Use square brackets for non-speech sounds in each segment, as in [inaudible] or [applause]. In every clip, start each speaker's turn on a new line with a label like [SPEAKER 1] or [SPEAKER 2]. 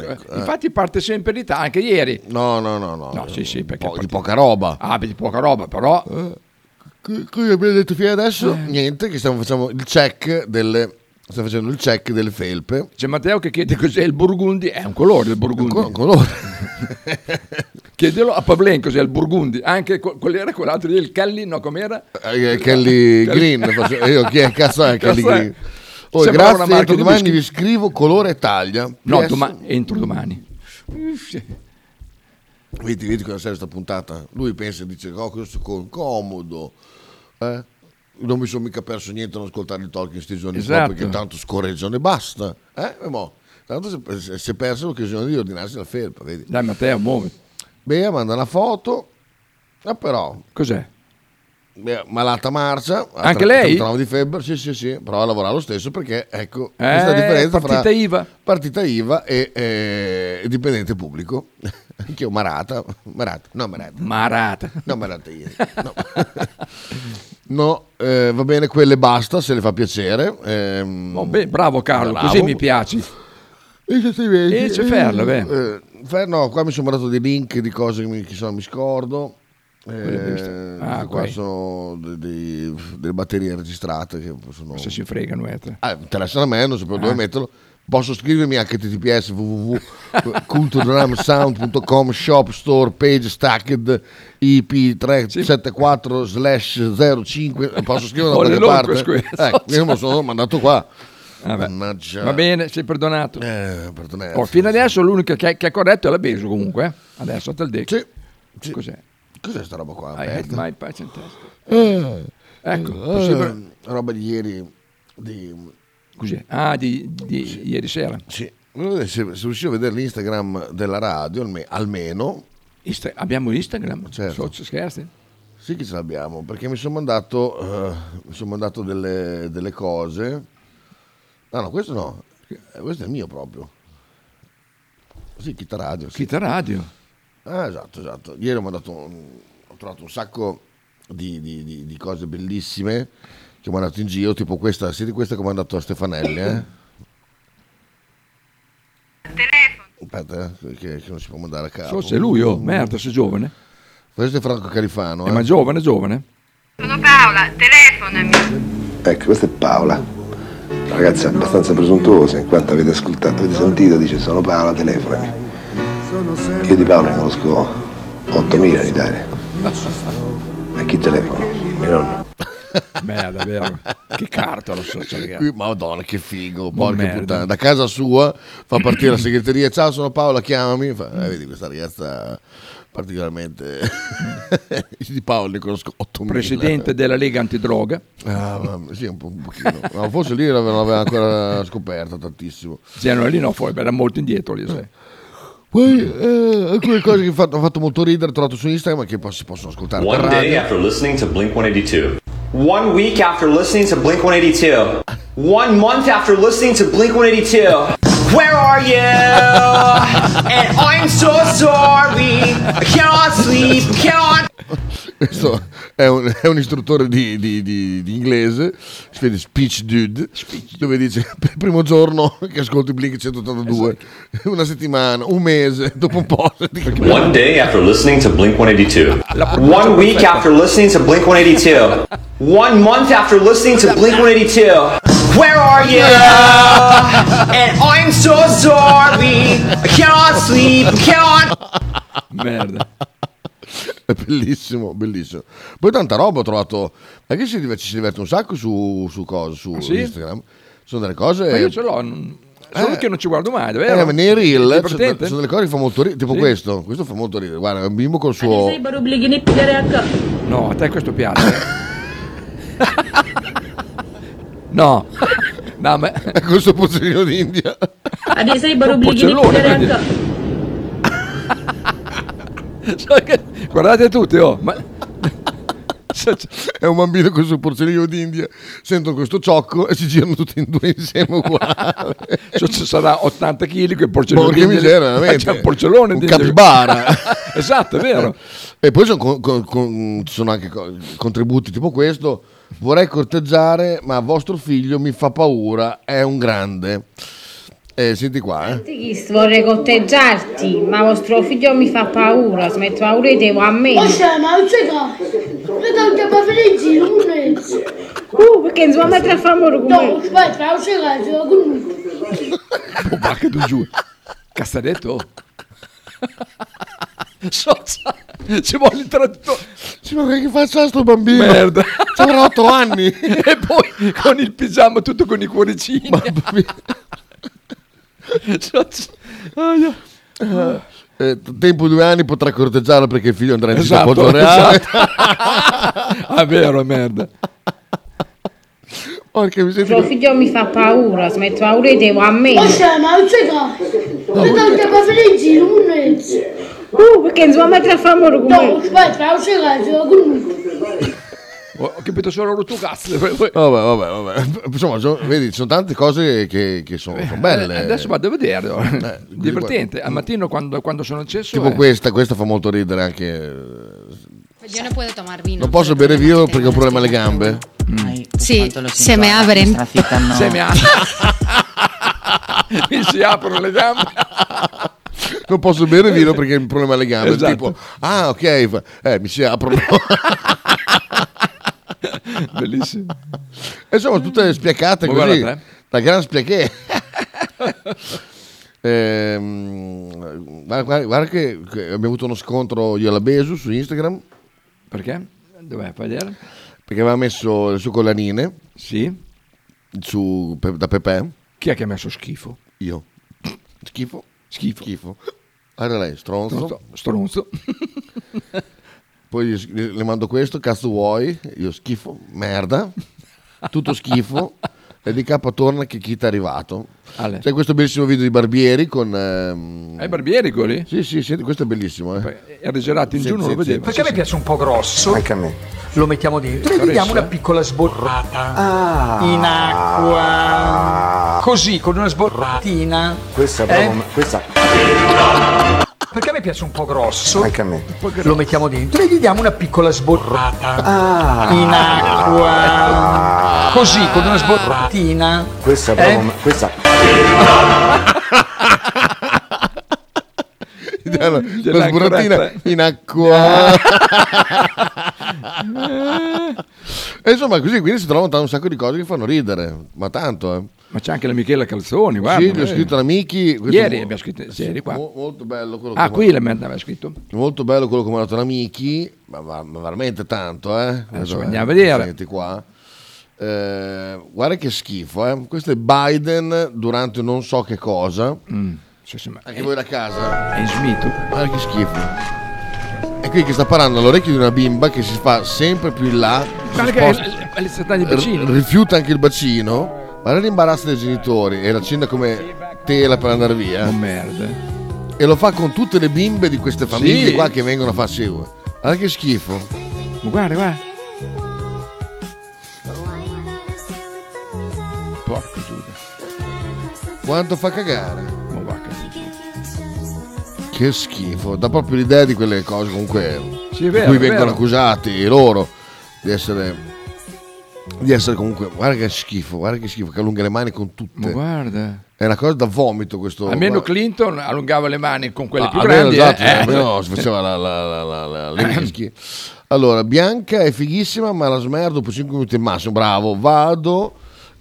[SPEAKER 1] Ecco,
[SPEAKER 2] eh. Infatti parte sempre l'Italia, anche ieri.
[SPEAKER 1] No, no, no, no.
[SPEAKER 2] No, sì, sì, perché
[SPEAKER 1] Po- di
[SPEAKER 2] poi-
[SPEAKER 1] poca roba.
[SPEAKER 2] Ah, di poca roba, però...
[SPEAKER 1] Eh. Qui qui abbiamo detto fino adesso Eh. niente, che stiamo facendo il check delle stiamo facendo il check delle felpe.
[SPEAKER 2] C'è Matteo che chiede cos'è il Burgundi. È un colore il Burgundi.
[SPEAKER 1] Con- con loro.
[SPEAKER 2] Chiedelo a Pavlen cos'è il Burgundi. Anche que- quello era quell'altro lì, il Calli, no, com'era?
[SPEAKER 1] [laughs] Eh, Kelly Green, faccio- io chi è cazzo
[SPEAKER 2] [laughs]
[SPEAKER 1] è Kelly
[SPEAKER 2] Cazzo è?
[SPEAKER 1] Green? Oh,
[SPEAKER 2] Sembra una
[SPEAKER 1] grazie,
[SPEAKER 2] marca
[SPEAKER 1] entro
[SPEAKER 2] di
[SPEAKER 1] domani
[SPEAKER 2] whisky.
[SPEAKER 1] vi scrivo colore e taglia.
[SPEAKER 2] No,
[SPEAKER 1] PS.
[SPEAKER 2] doma- entro domani.
[SPEAKER 1] Vedi, vedi cosa serve questa puntata? Lui pensa e dice, oh, questo con comodo. Eh? Non mi sono mica perso niente a non ascoltare il talk in questi giorni qua,
[SPEAKER 2] Esatto.
[SPEAKER 1] perché tanto scorreggiano e basta. Eh? E mo? Tanto se- se- si è perso l'occasione di ordinarsi la felpa, vedi?
[SPEAKER 2] Dai Matteo, muoviti.
[SPEAKER 1] Bea manda una foto, ma però
[SPEAKER 2] Cos'è? Eh,
[SPEAKER 1] Beh, malata marcia ha
[SPEAKER 2] Anche
[SPEAKER 1] tre-
[SPEAKER 2] lei?
[SPEAKER 1] 39 di febbre sì sì sì però lavora lo stesso perché ecco
[SPEAKER 2] Eh,
[SPEAKER 1] questa differenza
[SPEAKER 2] partita
[SPEAKER 1] fra
[SPEAKER 2] IVA.
[SPEAKER 1] partita IVA e eh, dipendente pubblico [laughs] anche io marata marata no marata
[SPEAKER 2] Marata.
[SPEAKER 1] no marata io no, [laughs] No, eh, va bene quelle basta se le fa piacere ehm,
[SPEAKER 2] Oh, beh, bravo Carlo,
[SPEAKER 1] Bravo.
[SPEAKER 2] così mi piaci.
[SPEAKER 1] e se si vede-
[SPEAKER 2] E c'è Ferla, beh.
[SPEAKER 1] Eh, Fer- no, qua mi sono mandato dei link di cose che mi, che so, mi scordo. Eh,
[SPEAKER 2] l'hai visto?
[SPEAKER 1] queste
[SPEAKER 2] Ah,
[SPEAKER 1] qua
[SPEAKER 2] ok.
[SPEAKER 1] sono de- dei- delle batterie registrate che sono...
[SPEAKER 2] Se si fregano, eh, te.
[SPEAKER 1] Ah, interessano a me, non sapevo
[SPEAKER 2] Ah.
[SPEAKER 1] dove metterlo. Posso scrivermi anche https www.cultodramsound.com shop store page stacked ip374 slash 05 posso scrivere
[SPEAKER 2] Ho
[SPEAKER 1] da qualche
[SPEAKER 2] le longo,
[SPEAKER 1] parte?
[SPEAKER 2] scusa.
[SPEAKER 1] Ecco, io me lo sono mandato qua.
[SPEAKER 2] Vabbè.
[SPEAKER 1] Mannaggia.
[SPEAKER 2] Ah, Va bene, sei perdonato.
[SPEAKER 1] Eh, perdonate.
[SPEAKER 2] Oh, fino adesso l'unica che, che ha corretto è la Beso comunque. eh. Adesso te il dico.
[SPEAKER 1] Sì, sì.
[SPEAKER 2] Cos'è?
[SPEAKER 1] Cos'è sta roba qua?
[SPEAKER 2] I hate
[SPEAKER 1] aperta?
[SPEAKER 2] my patch and test.
[SPEAKER 1] Eh,
[SPEAKER 2] Ecco,
[SPEAKER 1] eh,
[SPEAKER 2] possibile-
[SPEAKER 1] roba di ieri. Di,
[SPEAKER 2] Cos'è? Ah, di, di ieri sera.
[SPEAKER 1] sì. Volevo vedere Se, se riuscivo a vedere l'Instagram della radio, alme- almeno,
[SPEAKER 2] Insta- abbiamo Instagram?
[SPEAKER 1] Certo.
[SPEAKER 2] So- scherzi?
[SPEAKER 1] sì che ce l'abbiamo, perché mi sono mandato, eh, mi sono mandato delle, delle cose. No, no, questo no, Eh, questo è il mio proprio. Sì, Kita Radio. Sì.
[SPEAKER 2] Kita Radio.
[SPEAKER 1] Ah, esatto, esatto. Ieri ho, mandato un- ho trovato un sacco di, di- di- di cose bellissime che ho mandato in giro, tipo questa, siete questa che ho mandato a Stefanelli, eh? Aspetta, eh, che, che non si può mandare a capo.
[SPEAKER 2] So se lui, oh, merda, sei giovane.
[SPEAKER 1] Questo è Franco Carifano,
[SPEAKER 2] Eh,
[SPEAKER 1] eh?
[SPEAKER 2] ma giovane, giovane.
[SPEAKER 3] Sono Paola, telefonami.
[SPEAKER 4] Ecco, questa è Paola, una ragazza abbastanza presuntuosa in quanto avete ascoltato, avete sentito, dice sono Paola, telefonami. Io di Paola ne conosco 8.000 in Italia. A chi telefono? Mio nonno.
[SPEAKER 2] Beh, davvero. che carta lo so,
[SPEAKER 1] [laughs]
[SPEAKER 2] cioè, ragazzi.
[SPEAKER 1] Qui- Madonna, che figo, porca
[SPEAKER 2] merda.
[SPEAKER 1] puttana. Da casa sua fa partire la segreteria. Ciao, sono Paola, chiamami. Fa- eh, vedi questa ragazza particolarmente... [laughs] Io di Paola ne conosco 8.000.
[SPEAKER 2] Presidente della Lega Antidroga,
[SPEAKER 1] Ah, ma- sì, un, po', un pochino. No, forse lì non l'aveva ancora scoperta tantissimo.
[SPEAKER 2] Genova lì no, fuori, era molto indietro lì, sai.
[SPEAKER 1] Poi eh, alcune cose che ho fatto, ho fatto molto ridere, ho trovato su Instagram che poi si possono ascoltare per
[SPEAKER 5] One day
[SPEAKER 1] radio.
[SPEAKER 5] after listening to Blink 182. One week after listening to Blink 182. One month after listening to Blink 182. Where are you? and I'm so sorry. I cannot sleep. Cannot.
[SPEAKER 1] Questo è un, è un istruttore di, di- di- di inglese, si vede Speech Dude, dove dice per il primo giorno che ascolti Blink 182,
[SPEAKER 2] Esatto.
[SPEAKER 1] una settimana, un mese, dopo un
[SPEAKER 2] [laughs]
[SPEAKER 1] po'. senti che-
[SPEAKER 5] One day after listening to Blink 182. One week after listening to Blink 182. One month after listening to Blink 182. Where are you? And I'm so sorry. I cannot sleep. Cannot.
[SPEAKER 2] Merda.
[SPEAKER 1] Eh. È bellissimo, bellissimo. Poi tanta roba ho trovato, perché si diverte, ci si diverte un sacco su, su, cosa, su
[SPEAKER 2] Ah, sì?
[SPEAKER 1] Instagram. Sono delle cose...
[SPEAKER 2] Ma io ce l'ho, non- solo
[SPEAKER 1] eh.
[SPEAKER 2] che non ci guardo mai, davvero.
[SPEAKER 1] Eh, ma nei
[SPEAKER 2] È
[SPEAKER 1] reel ci sono,
[SPEAKER 2] divertente?
[SPEAKER 1] sono delle cose che fa molto ridere, tipo
[SPEAKER 2] Sì.
[SPEAKER 1] questo, questo fa molto ridere, guarda, è un bimbo col suo...
[SPEAKER 2] No, a te questo piace.
[SPEAKER 1] [laughs] [laughs]
[SPEAKER 2] no. No, ma
[SPEAKER 1] col suo pozzolino d'India.
[SPEAKER 2] un poccellone, quindi. Sai che- Guardate tutti, oh. Ma... [laughs]
[SPEAKER 1] È un bambino con il suo porcellino d'India, sentono questo ciocco e si girano tutti e due insieme uguale.
[SPEAKER 2] Cioè, ci sarà 80 kg quel porcellone
[SPEAKER 1] Porca
[SPEAKER 2] di-
[SPEAKER 1] miseria,
[SPEAKER 2] ma
[SPEAKER 1] veramente.
[SPEAKER 2] c'è un porcellone
[SPEAKER 1] Un
[SPEAKER 2] di-
[SPEAKER 1] capibara.
[SPEAKER 2] [laughs] esatto
[SPEAKER 1] [laughs]
[SPEAKER 2] è vero
[SPEAKER 1] e poi sono con- con- con- ci sono anche co- contributi tipo questo. Vorrei corteggiare, ma vostro figlio mi fa paura, è un grande. Eh, senti qua, eh.
[SPEAKER 6] Tigist, vorrei corteggiarti, ma vostro figlio mi fa paura, smetto paura e devo a me.
[SPEAKER 7] Ossia, ma non c'è caso. Vedi anche per Ferenzi, non è.
[SPEAKER 6] Uh, perché insomma tra famore
[SPEAKER 7] No,
[SPEAKER 6] come...
[SPEAKER 7] aspetta, non c'è caso, comunque.
[SPEAKER 2] Pobacca tu giù. [laughs] Castanetto. Socia. Ci vuole il traduttore.
[SPEAKER 1] Sì, ma che faccia sto bambino?
[SPEAKER 2] Merda.
[SPEAKER 1] Ci avrà otto anni.
[SPEAKER 2] [laughs] E poi con il pigiama tutto con i cuoricini. [laughs] Socia. Ah, no.
[SPEAKER 1] Eh, tempo due anni potrà corteggiarla perché il figlio andrà in giro a
[SPEAKER 2] Esatto,
[SPEAKER 1] Porto Reale.
[SPEAKER 2] esatto. Ah, è vero, merda.
[SPEAKER 1] Porca
[SPEAKER 6] Vostro
[SPEAKER 1] miseria.
[SPEAKER 6] figlio mi fa paura, smetto paura e devo a me.
[SPEAKER 7] Ossia, ma non c'è caso. Vedi anche per Ferenzi, non è.
[SPEAKER 6] Uh, perché insomma tra famore
[SPEAKER 7] No,
[SPEAKER 6] come...
[SPEAKER 7] aspetta, non c'è caso, comunque.
[SPEAKER 2] Ho ho capito solo rotto un cazzo. Poi- poi-
[SPEAKER 1] Vabbè, vabbè, vabbè. Insomma, so- vedi, ci sono tante cose che, che sono, sono belle.
[SPEAKER 2] Adesso vado a vederlo. Divertente.
[SPEAKER 1] guarda.
[SPEAKER 2] Al mattino quando, quando sono accesso.
[SPEAKER 1] Tipo
[SPEAKER 2] eh.
[SPEAKER 1] questa, questa fa molto ridere anche.
[SPEAKER 8] Yo no puedo tomar vino.
[SPEAKER 1] Non posso bere vino perché ho un problema alle gambe.
[SPEAKER 8] Sì, se me abren.
[SPEAKER 2] Se mi, ha... mi si aprono le gambe.
[SPEAKER 1] Non posso bere vino perché ho un problema alle gambe.
[SPEAKER 2] Esatto.
[SPEAKER 1] Tipo, ah, ok, fa- eh, mi si aprono.
[SPEAKER 2] Bellissimo.
[SPEAKER 1] [laughs] E Insomma, tutte spiaccate
[SPEAKER 2] Ma
[SPEAKER 1] così.
[SPEAKER 2] guarda eh. te.
[SPEAKER 1] La gran spiacchè. [laughs] Ehm, guarda, guarda- guarda che che abbiamo avuto uno scontro io e la Besu su Instagram
[SPEAKER 2] Perché? Dov'è? Fai vedere?
[SPEAKER 1] perché aveva messo le sue collanine
[SPEAKER 2] Sì.
[SPEAKER 1] su- pe- da Pepe.
[SPEAKER 2] Chi è che ha messo schifo?
[SPEAKER 1] Io. Schifo.
[SPEAKER 2] Schifo.
[SPEAKER 1] Schifo. Guarda lei, stronzo.
[SPEAKER 2] Stronzo. Stronzo.
[SPEAKER 1] Poi gli- le mando questo, cazzo vuoi? Io schifo, merda. Tutto schifo. E di capo torna che chi ti è arrivato.
[SPEAKER 2] Ale. Eh.
[SPEAKER 1] C'è questo bellissimo video di Barbieri con... ehm,
[SPEAKER 2] È barbieri quelli?
[SPEAKER 1] Sì, sì, senti, questo è bellissimo. [laughs] eh.
[SPEAKER 2] Era gelato in giù, non lo
[SPEAKER 1] sì, sì.
[SPEAKER 2] vedevo.
[SPEAKER 9] Perché a me piace un po' grosso? Anche a me. Lo mettiamo dentro e gli
[SPEAKER 2] Adesso,
[SPEAKER 9] diamo una
[SPEAKER 2] eh?
[SPEAKER 9] piccola Ah. sborrata in acqua. Così, con una sborratina. Questa è
[SPEAKER 10] Eh?
[SPEAKER 9] proprio... Perché a me piace un po' grosso? Anche a me. Lo mettiamo dentro e gli diamo una piccola Ah. sborrata in acqua. Così, con una sborratina. Questa è
[SPEAKER 10] Eh?
[SPEAKER 9] proprio...
[SPEAKER 1] Cioè, Allora,
[SPEAKER 2] Gliel'ha
[SPEAKER 1] la sburratina
[SPEAKER 2] ancora-
[SPEAKER 1] in
[SPEAKER 2] [laughs]
[SPEAKER 1] acqua. e insomma, così quindi si trovano tra un sacco di cose che fanno ridere, ma tanto, eh.
[SPEAKER 2] Ma c'è anche la Michela Calzoni, guarda.
[SPEAKER 1] sì, gli ho
[SPEAKER 2] eh.
[SPEAKER 1] scritto ad amici. questo
[SPEAKER 2] Ieri
[SPEAKER 1] mo-
[SPEAKER 2] abbiamo scritto- sì, ieri qua.
[SPEAKER 1] mo- molto bello quello
[SPEAKER 2] Ah,
[SPEAKER 1] che
[SPEAKER 2] qui la merda aveva scritto.
[SPEAKER 1] Molto bello quello che mi ha dato amici, ma, ma- ma veramente tanto, eh. Adesso, eh,
[SPEAKER 2] andiamo a vedere.
[SPEAKER 1] Senti qua. Eh, guarda che schifo, eh. Questo è Biden durante non so che cosa.
[SPEAKER 2] Mm. Sì, sì, ma è,
[SPEAKER 1] Anche voi da casa.
[SPEAKER 2] è in smito.
[SPEAKER 1] Guarda che schifo. È qui che sta parlando all'orecchio di una bimba che si fa sempre più in là, si
[SPEAKER 2] Guarda che
[SPEAKER 1] sposta-
[SPEAKER 2] è- è le statali
[SPEAKER 1] r-
[SPEAKER 2] vicine.
[SPEAKER 1] rifiuta anche il bacino. Guarda l'imbarazzo dei genitori e la cena come tela per andare via.
[SPEAKER 2] Oh, merda.
[SPEAKER 1] E lo fa con tutte le bimbe di queste famiglie
[SPEAKER 2] Sì.
[SPEAKER 1] qua che vengono a farsi. eh. Guarda che schifo.
[SPEAKER 2] Ma guarda, guarda. Porco Giuda.
[SPEAKER 1] Quanto fa cagare.
[SPEAKER 2] Ma guarda.
[SPEAKER 1] Che schifo. Dà proprio l'idea di quelle cose comunque
[SPEAKER 2] Sì, è
[SPEAKER 1] di
[SPEAKER 2] vero.
[SPEAKER 1] cui
[SPEAKER 2] è
[SPEAKER 1] vengono
[SPEAKER 2] vero.
[SPEAKER 1] accusati loro di essere di essere comunque guarda che schifo guarda che schifo che allunga le mani con
[SPEAKER 2] Ma
[SPEAKER 1] tutte
[SPEAKER 2] guarda.
[SPEAKER 1] È una cosa da vomito questo.
[SPEAKER 2] Almeno
[SPEAKER 1] guarda-
[SPEAKER 2] Clinton allungava le mani con quelle
[SPEAKER 1] Ah,
[SPEAKER 2] più
[SPEAKER 1] almeno,
[SPEAKER 2] grandi.
[SPEAKER 1] esatto,
[SPEAKER 2] eh.
[SPEAKER 1] almeno si faceva la, la, la, la, la- le rischi. Allora, Bianca è fighissima, ma la smerdo dopo 5 minuti al massimo. Bravo, vado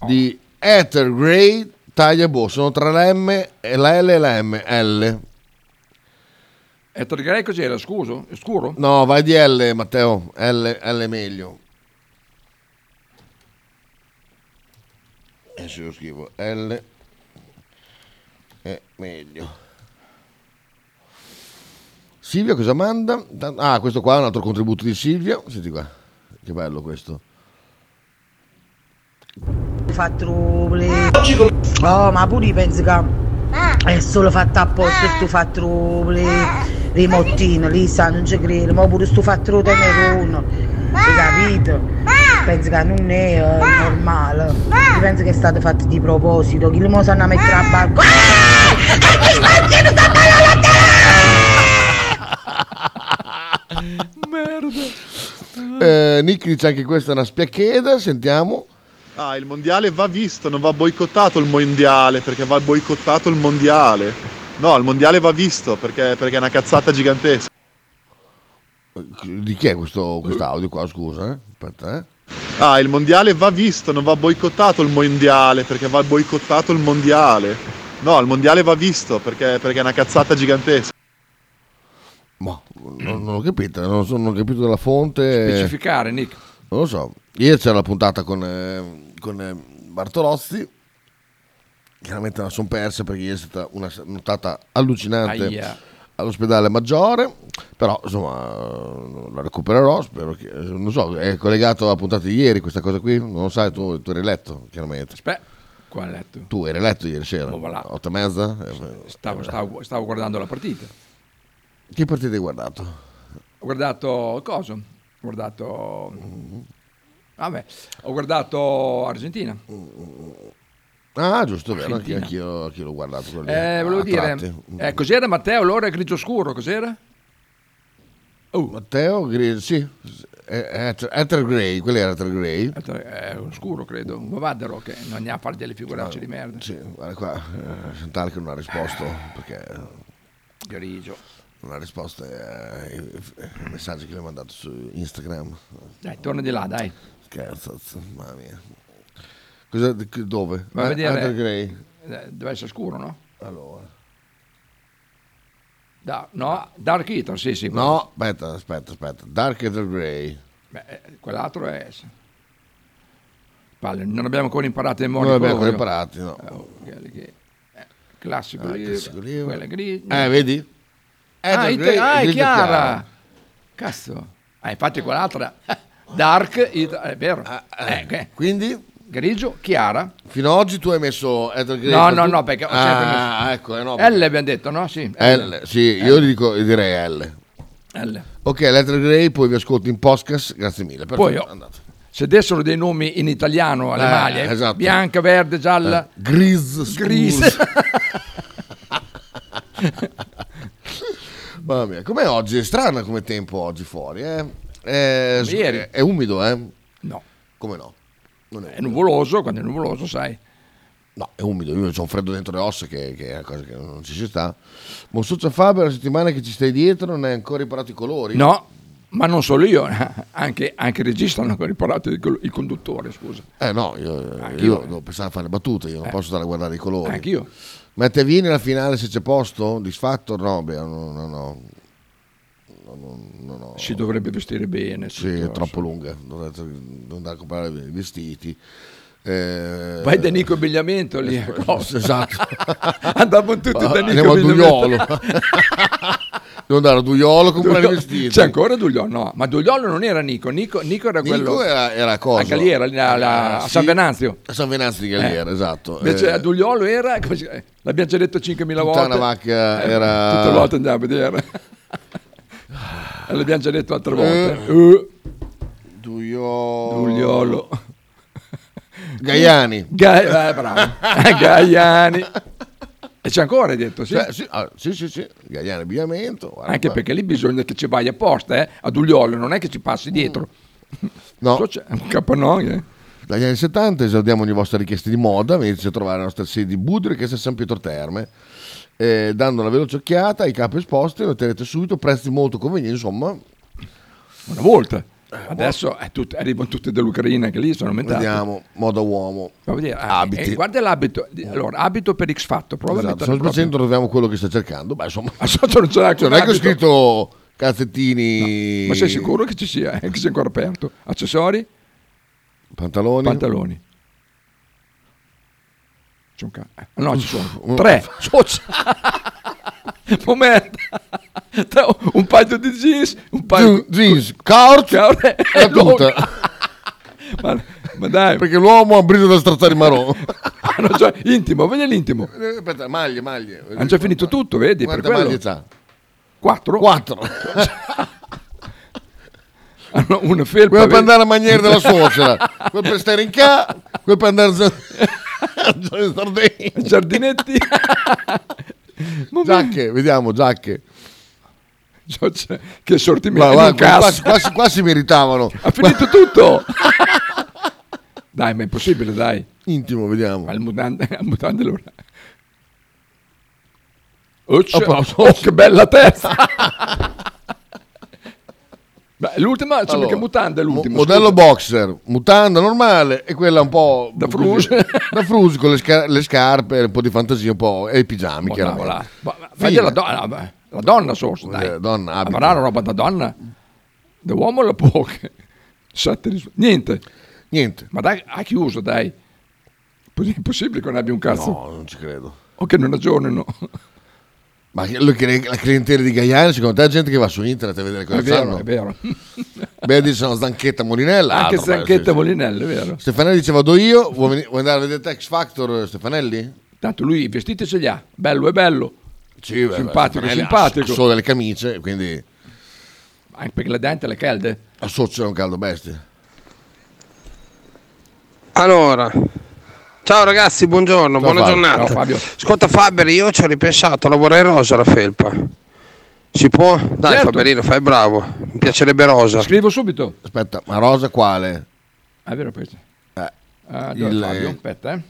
[SPEAKER 1] di Ether Grey, taglia boh, sono tra la M e la L e la M. L.
[SPEAKER 2] E Torgrei cos'era? Scuso? È Scuro?
[SPEAKER 1] No, vai di L, Matteo. L, L è meglio. Adesso Eh, lo scrivo. L è meglio. Silvia cosa manda? Tan- Ah, questo qua è un altro contributo di Silvia. Senti qua, che bello questo.
[SPEAKER 11] fa trubli. Oh, ma pure pensi che è solo fatta apposta e tu fa trubli. Rimottino, Lisa, non ci credo, ma pure sto fatturo tenere uno. Hai capito? Penso che non è eh, normale. Io penso che è stato fatto di proposito. Chi lo sanno a mettere a barco?
[SPEAKER 2] Merda.
[SPEAKER 1] Eh, Nick dice anche questa è una spiaccheda, sentiamo.
[SPEAKER 12] Ah, il mondiale va visto, non va boicottato il mondiale, perché va boicottato il mondiale. No, il mondiale va visto, perché, perché è una cazzata gigantesca.
[SPEAKER 1] Di chi è questo audio qua? Scusa, eh? Aspetta, eh.
[SPEAKER 12] Ah, il mondiale va visto, non va boicottato il mondiale, perché va boicottato il mondiale. No, il mondiale va visto, perché, perché è una cazzata gigantesca.
[SPEAKER 1] Boh, non, non ho capito, non, so- non ho capito della fonte.
[SPEAKER 2] Specificare, Nick.
[SPEAKER 1] Non lo so. Ieri c'era la puntata con, eh, con eh, Bartolozzi. Chiaramente la son persa perché ieri è stata una s- nottata allucinante
[SPEAKER 2] Aia.
[SPEAKER 1] all'ospedale Maggiore. Però insomma eh, la recupererò. Spero che. eh, Non so, è collegato alla puntata di ieri questa cosa qui. Non lo sai, tu, tu eri letto, chiaramente.
[SPEAKER 2] Aspetta, qua a letto.
[SPEAKER 1] Tu eri letto ieri sera?
[SPEAKER 2] Oh, va là.
[SPEAKER 1] Otto e mezza? Eh,
[SPEAKER 2] Stavo, stavo- stavo guardando la partita.
[SPEAKER 1] Che partita hai guardato?
[SPEAKER 2] Ho guardato cosa? Ho guardato. Vabbè, ho guardato Argentina.
[SPEAKER 1] Mm. Ah, giusto, vero, anche-
[SPEAKER 2] Argentina.
[SPEAKER 1] anch'io, anch'io l'ho guardato. quello lì,
[SPEAKER 2] Eh, volevo
[SPEAKER 1] a
[SPEAKER 2] dire,
[SPEAKER 1] tratti.
[SPEAKER 2] eh, cos'era Matteo? L'ora grigio scuro, cos'era? Oh.
[SPEAKER 1] Matteo Gris, sì, è Ether Gray, quello era Ether Gray.
[SPEAKER 2] È scuro, credo. Ma vadero che non ne ha a fare delle figuracce di merda.
[SPEAKER 1] Sì, guarda qua, eh, Chantal che non ha risposto perché
[SPEAKER 2] Grigio.
[SPEAKER 1] non ha risposto eh, ai ai messaggi che le ho mandato su Instagram.
[SPEAKER 2] Dai, torna di là, dai.
[SPEAKER 1] Scherzo, z- mamma mia. Cosa- d- che- dove?
[SPEAKER 2] Va a
[SPEAKER 1] Eh,
[SPEAKER 2] vedere.
[SPEAKER 1] Ether Gray.
[SPEAKER 2] Eh, Deve essere scuro, no?
[SPEAKER 1] Allora.
[SPEAKER 2] Da- no, Dark Eater, sì, sì.
[SPEAKER 1] No, aspetta, aspetta, aspetta. Dark Ether Gray.
[SPEAKER 2] Beh, eh, quell'altro è... Palle, non abbiamo ancora imparato il Oh,
[SPEAKER 1] Non
[SPEAKER 2] monaco.
[SPEAKER 1] abbiamo ancora imparato, no.
[SPEAKER 2] eh, classico
[SPEAKER 1] Ah,
[SPEAKER 2] lì,
[SPEAKER 1] classico lì.
[SPEAKER 2] quella grigia.
[SPEAKER 1] Eh, vedi?
[SPEAKER 2] ah,
[SPEAKER 1] Ether
[SPEAKER 2] Ita-
[SPEAKER 1] Gray,
[SPEAKER 2] ah, è
[SPEAKER 1] grigio
[SPEAKER 2] chiara.
[SPEAKER 1] chiaro.
[SPEAKER 2] Cazzo. Ah, infatti quell'altra... [laughs] Dark, Ita- è vero.
[SPEAKER 1] Ah,
[SPEAKER 2] Eh,
[SPEAKER 1] eh. Quindi?
[SPEAKER 2] Grigio, chiara.
[SPEAKER 1] Fino ad oggi tu hai messo Ether Gray.
[SPEAKER 2] No,
[SPEAKER 1] per
[SPEAKER 2] no,
[SPEAKER 1] tu-
[SPEAKER 2] no, perché ho sempre
[SPEAKER 1] Ah,
[SPEAKER 2] messo-
[SPEAKER 1] ecco, eh, no,
[SPEAKER 2] L abbiamo detto, no? Sì.
[SPEAKER 1] L, sì, io dico, direi L.
[SPEAKER 2] L.
[SPEAKER 1] Ok, Letter Grey, poi vi ascolto in podcast, grazie mille. Perfetto,
[SPEAKER 2] Poi, oh,
[SPEAKER 1] andate.
[SPEAKER 2] se dessero dei nomi in italiano alle
[SPEAKER 1] Eh,
[SPEAKER 2] maglie,
[SPEAKER 1] esatto.
[SPEAKER 2] bianca, verde, gialla,
[SPEAKER 1] Eh, Gris,
[SPEAKER 2] gris.
[SPEAKER 1] [laughs] Mamma mia, com'è oggi? È strano come tempo oggi fuori, eh? È,
[SPEAKER 2] Come ieri.
[SPEAKER 1] è umido, eh?
[SPEAKER 2] No.
[SPEAKER 1] Come no? Non
[SPEAKER 2] è nuvoloso, quando è nuvoloso, sai.
[SPEAKER 1] No, è umido, io ho un freddo dentro le ossa che, che è una cosa che non ci si sta. Monsuccia Fabio, la settimana che ci stai dietro non hai ancora imparato i colori?
[SPEAKER 2] No, ma non solo io, [laughs] anche, anche il regista hanno riparato il, col- il conduttore, scusa.
[SPEAKER 1] Eh no, io,
[SPEAKER 2] Anch'io,
[SPEAKER 1] io
[SPEAKER 2] eh.
[SPEAKER 1] devo pensare a fare le battute, io non
[SPEAKER 2] Eh.
[SPEAKER 1] posso stare a guardare i colori.
[SPEAKER 2] Anch'io.
[SPEAKER 1] Matteo Vini alla finale se c'è posto? Disfatto? No, beh, no, no, no.
[SPEAKER 2] Si dovrebbe vestire bene.
[SPEAKER 1] Oh. Sì, è troppo lunga, dovrete andare a comprare i vestiti. Eh, [laughs]
[SPEAKER 2] Vai da Nico Bigliamento lì.
[SPEAKER 1] eh,
[SPEAKER 2] cosa? [laughs]
[SPEAKER 1] esatto.
[SPEAKER 2] Andavano tutti da
[SPEAKER 1] Andiamo
[SPEAKER 2] Nico
[SPEAKER 1] a Dugliolo.
[SPEAKER 2] Bigliamento. [laughs]
[SPEAKER 1] Devo andare a Dugliolo a comprare i
[SPEAKER 2] Dugliolo-
[SPEAKER 1] vestiti.
[SPEAKER 2] C'è ancora Dugliolo? No, ma Dugliolo non era Nico, Nico, Nico era
[SPEAKER 1] Nico
[SPEAKER 2] quello...
[SPEAKER 1] era, era cosa?
[SPEAKER 2] A Galiera, lì a- la-
[SPEAKER 1] Eh,
[SPEAKER 2] a
[SPEAKER 1] sì.
[SPEAKER 2] San Venanzio.
[SPEAKER 1] A San Venanzio di Galiera,
[SPEAKER 2] Eh.
[SPEAKER 1] esatto.
[SPEAKER 2] Invece
[SPEAKER 1] Eh,
[SPEAKER 2] a Dugliolo era, come si- eh, l'abbiamo già detto 5.000 volte.
[SPEAKER 1] Tutta una vacca
[SPEAKER 2] Eh,
[SPEAKER 1] era-
[SPEAKER 2] Tutte le volte andiamo a vedere. [laughs] Eh, l'abbiamo già detto altre volte.
[SPEAKER 1] Eh.
[SPEAKER 2] Uh,
[SPEAKER 1] Dugliolo.
[SPEAKER 2] Dugliolo.
[SPEAKER 1] Oh. Gaiani.
[SPEAKER 2] Ga-
[SPEAKER 1] [laughs]
[SPEAKER 2] eh, bravo. Gaiani. E c'è ancora, hai detto, sì?
[SPEAKER 1] Cioè, sì, ah, sì, sì, sì, Gaiani abbigliamento. guarda
[SPEAKER 2] Anche
[SPEAKER 1] qua.
[SPEAKER 2] perché lì bisogna che ci vai apposta, eh? a Dugliolo, non è che ci passi dietro.
[SPEAKER 1] Mm. No.
[SPEAKER 2] So c'è un capannone. eh.
[SPEAKER 1] Dagli anni 70 esaldiamo ogni vostra richiesta di moda, veniteci a trovare la nostra sede di Budri che è a San Pietro Terme. Eh, dando una veloce occhiata ai capi esposti, lo otterrete subito prezzi molto convenienti, insomma.
[SPEAKER 2] Una
[SPEAKER 1] Eh,
[SPEAKER 2] volta. Adesso è tut- arrivano tutte dall'Ucraina che lì sono aumentate.
[SPEAKER 1] Vediamo, moda uomo.
[SPEAKER 2] Fa vedere, ah,
[SPEAKER 1] Abiti. Mm.
[SPEAKER 2] eh, guarda l'abito, allora, abito per X fatto, prova a
[SPEAKER 1] Esatto,
[SPEAKER 2] mettere
[SPEAKER 1] sul
[SPEAKER 2] [laughs] proprio-
[SPEAKER 1] presente troviamo quello che sta cercando. Beh, insomma,
[SPEAKER 2] sotto non c'è neanche
[SPEAKER 1] Cioè,
[SPEAKER 2] un
[SPEAKER 1] non è che ho
[SPEAKER 2] abito.
[SPEAKER 1] scritto calzettini,
[SPEAKER 2] Ma sei sicuro che ci sia, eh, che sia ancora aperto? Accessori?
[SPEAKER 1] pantaloni?
[SPEAKER 2] Pantaloni. C'è un ca- eh, No, ci
[SPEAKER 1] Uff,
[SPEAKER 2] sono tre. [laughs] Socia. Momento. Tre- [laughs] Un paio di jeans, un paio di
[SPEAKER 1] Jeans, caort
[SPEAKER 2] Caort
[SPEAKER 1] [laughs]
[SPEAKER 2] e
[SPEAKER 1] e tuta.
[SPEAKER 2] [laughs] ma, ma dai,
[SPEAKER 1] Perché l'uomo ha un brido da strazzare in marò.
[SPEAKER 2] hanno già- intimo, vedi l'intimo.
[SPEAKER 1] Eh, Aspetta, maglie, maglie.
[SPEAKER 2] Hanno già finito tutto, vedi? certo Per
[SPEAKER 1] Quante maglie
[SPEAKER 2] quello.
[SPEAKER 1] c'ha?
[SPEAKER 2] Quattro. [laughs]
[SPEAKER 1] Quattro.
[SPEAKER 2] Hanno una felpa.
[SPEAKER 1] Quello per
[SPEAKER 2] vedi?
[SPEAKER 1] andare a maniera della
[SPEAKER 2] [laughs]
[SPEAKER 1] suocera, quello per stare in casa, quello per andare a già- in Sardegna.
[SPEAKER 2] Giardinetti.
[SPEAKER 1] [laughs] Giacche, vediamo, giacche. Eh,
[SPEAKER 2] Cioè, c'è- che sortimento.
[SPEAKER 1] Ma
[SPEAKER 2] in un
[SPEAKER 1] guarda, qua,
[SPEAKER 2] cazzo.
[SPEAKER 1] qua si- qua si meritavano.
[SPEAKER 2] Ha finito tutto. [laughs] Dai, ma è possibile, dai.
[SPEAKER 1] Intimo, vediamo.
[SPEAKER 2] Al [laughs] mutante, al mutante lo- Occia-
[SPEAKER 1] Opa, ops.
[SPEAKER 2] oh, che bella testa! [laughs] Beh, l'ultima, c'è
[SPEAKER 1] Allora,
[SPEAKER 2] mica mutante, è l'ultimo.
[SPEAKER 1] Mo- modello
[SPEAKER 2] scusa.
[SPEAKER 1] boxer, mutanda normale e quella un po' da frusi, da frusi con le, sca- le scarpe, un po' di fantasia, un po' e i pigiami.
[SPEAKER 2] Ma
[SPEAKER 1] chiaramente.
[SPEAKER 2] dai, ma- ma-
[SPEAKER 1] Fine.
[SPEAKER 2] fagli la donna, vabbè, la donna source, dai.
[SPEAKER 1] donna abito.
[SPEAKER 2] Avrà roba da donna? Da uomo la può che- [laughs] sette risu- Niente.
[SPEAKER 1] Niente.
[SPEAKER 2] Ma dai, ha chiuso, dai. Poi È impossibile che non abbia un cazzo.
[SPEAKER 1] No, non ci credo.
[SPEAKER 2] O che non aggiornino.
[SPEAKER 1] Ma lo che- la clientela di Gaiani, secondo te, è gente che va su internet a vedere cosa
[SPEAKER 2] È vero,
[SPEAKER 1] fanno?
[SPEAKER 2] è vero.
[SPEAKER 1] Beh, dice sono Zanchetta Molinella.
[SPEAKER 2] Anche
[SPEAKER 1] altro, Ah, beh,
[SPEAKER 2] Zanchetta Molinella, è vero.
[SPEAKER 1] Stefanelli dice vado io, vuoi, veni- vuoi andare a vedere Tex Factor Stefanelli?
[SPEAKER 2] Tanto lui i vestiti ce li ha, bello e bello.
[SPEAKER 1] Sì, beh,
[SPEAKER 2] simpatico,
[SPEAKER 1] Stefanelli ha
[SPEAKER 2] simpatico.
[SPEAKER 1] s- solo delle camicie, quindi
[SPEAKER 2] Anche perché la dente le calde.
[SPEAKER 1] associa a un caldo bestia.
[SPEAKER 13] Allora, ciao ragazzi, buongiorno, buona
[SPEAKER 1] Fabio.
[SPEAKER 13] giornata.
[SPEAKER 1] Ciao, Fabio.
[SPEAKER 13] Ascolta Faber, io ci ho ripensato, la vorrei rosa la felpa. Si può? Dai
[SPEAKER 2] Certo.
[SPEAKER 13] Faberino, fai bravo, mi piacerebbe rosa.
[SPEAKER 2] Scrivo subito.
[SPEAKER 1] Aspetta, ma rosa quale?
[SPEAKER 2] È vero questo? Ah, dove
[SPEAKER 1] Eh, il-
[SPEAKER 2] Fabio? Aspetta, eh.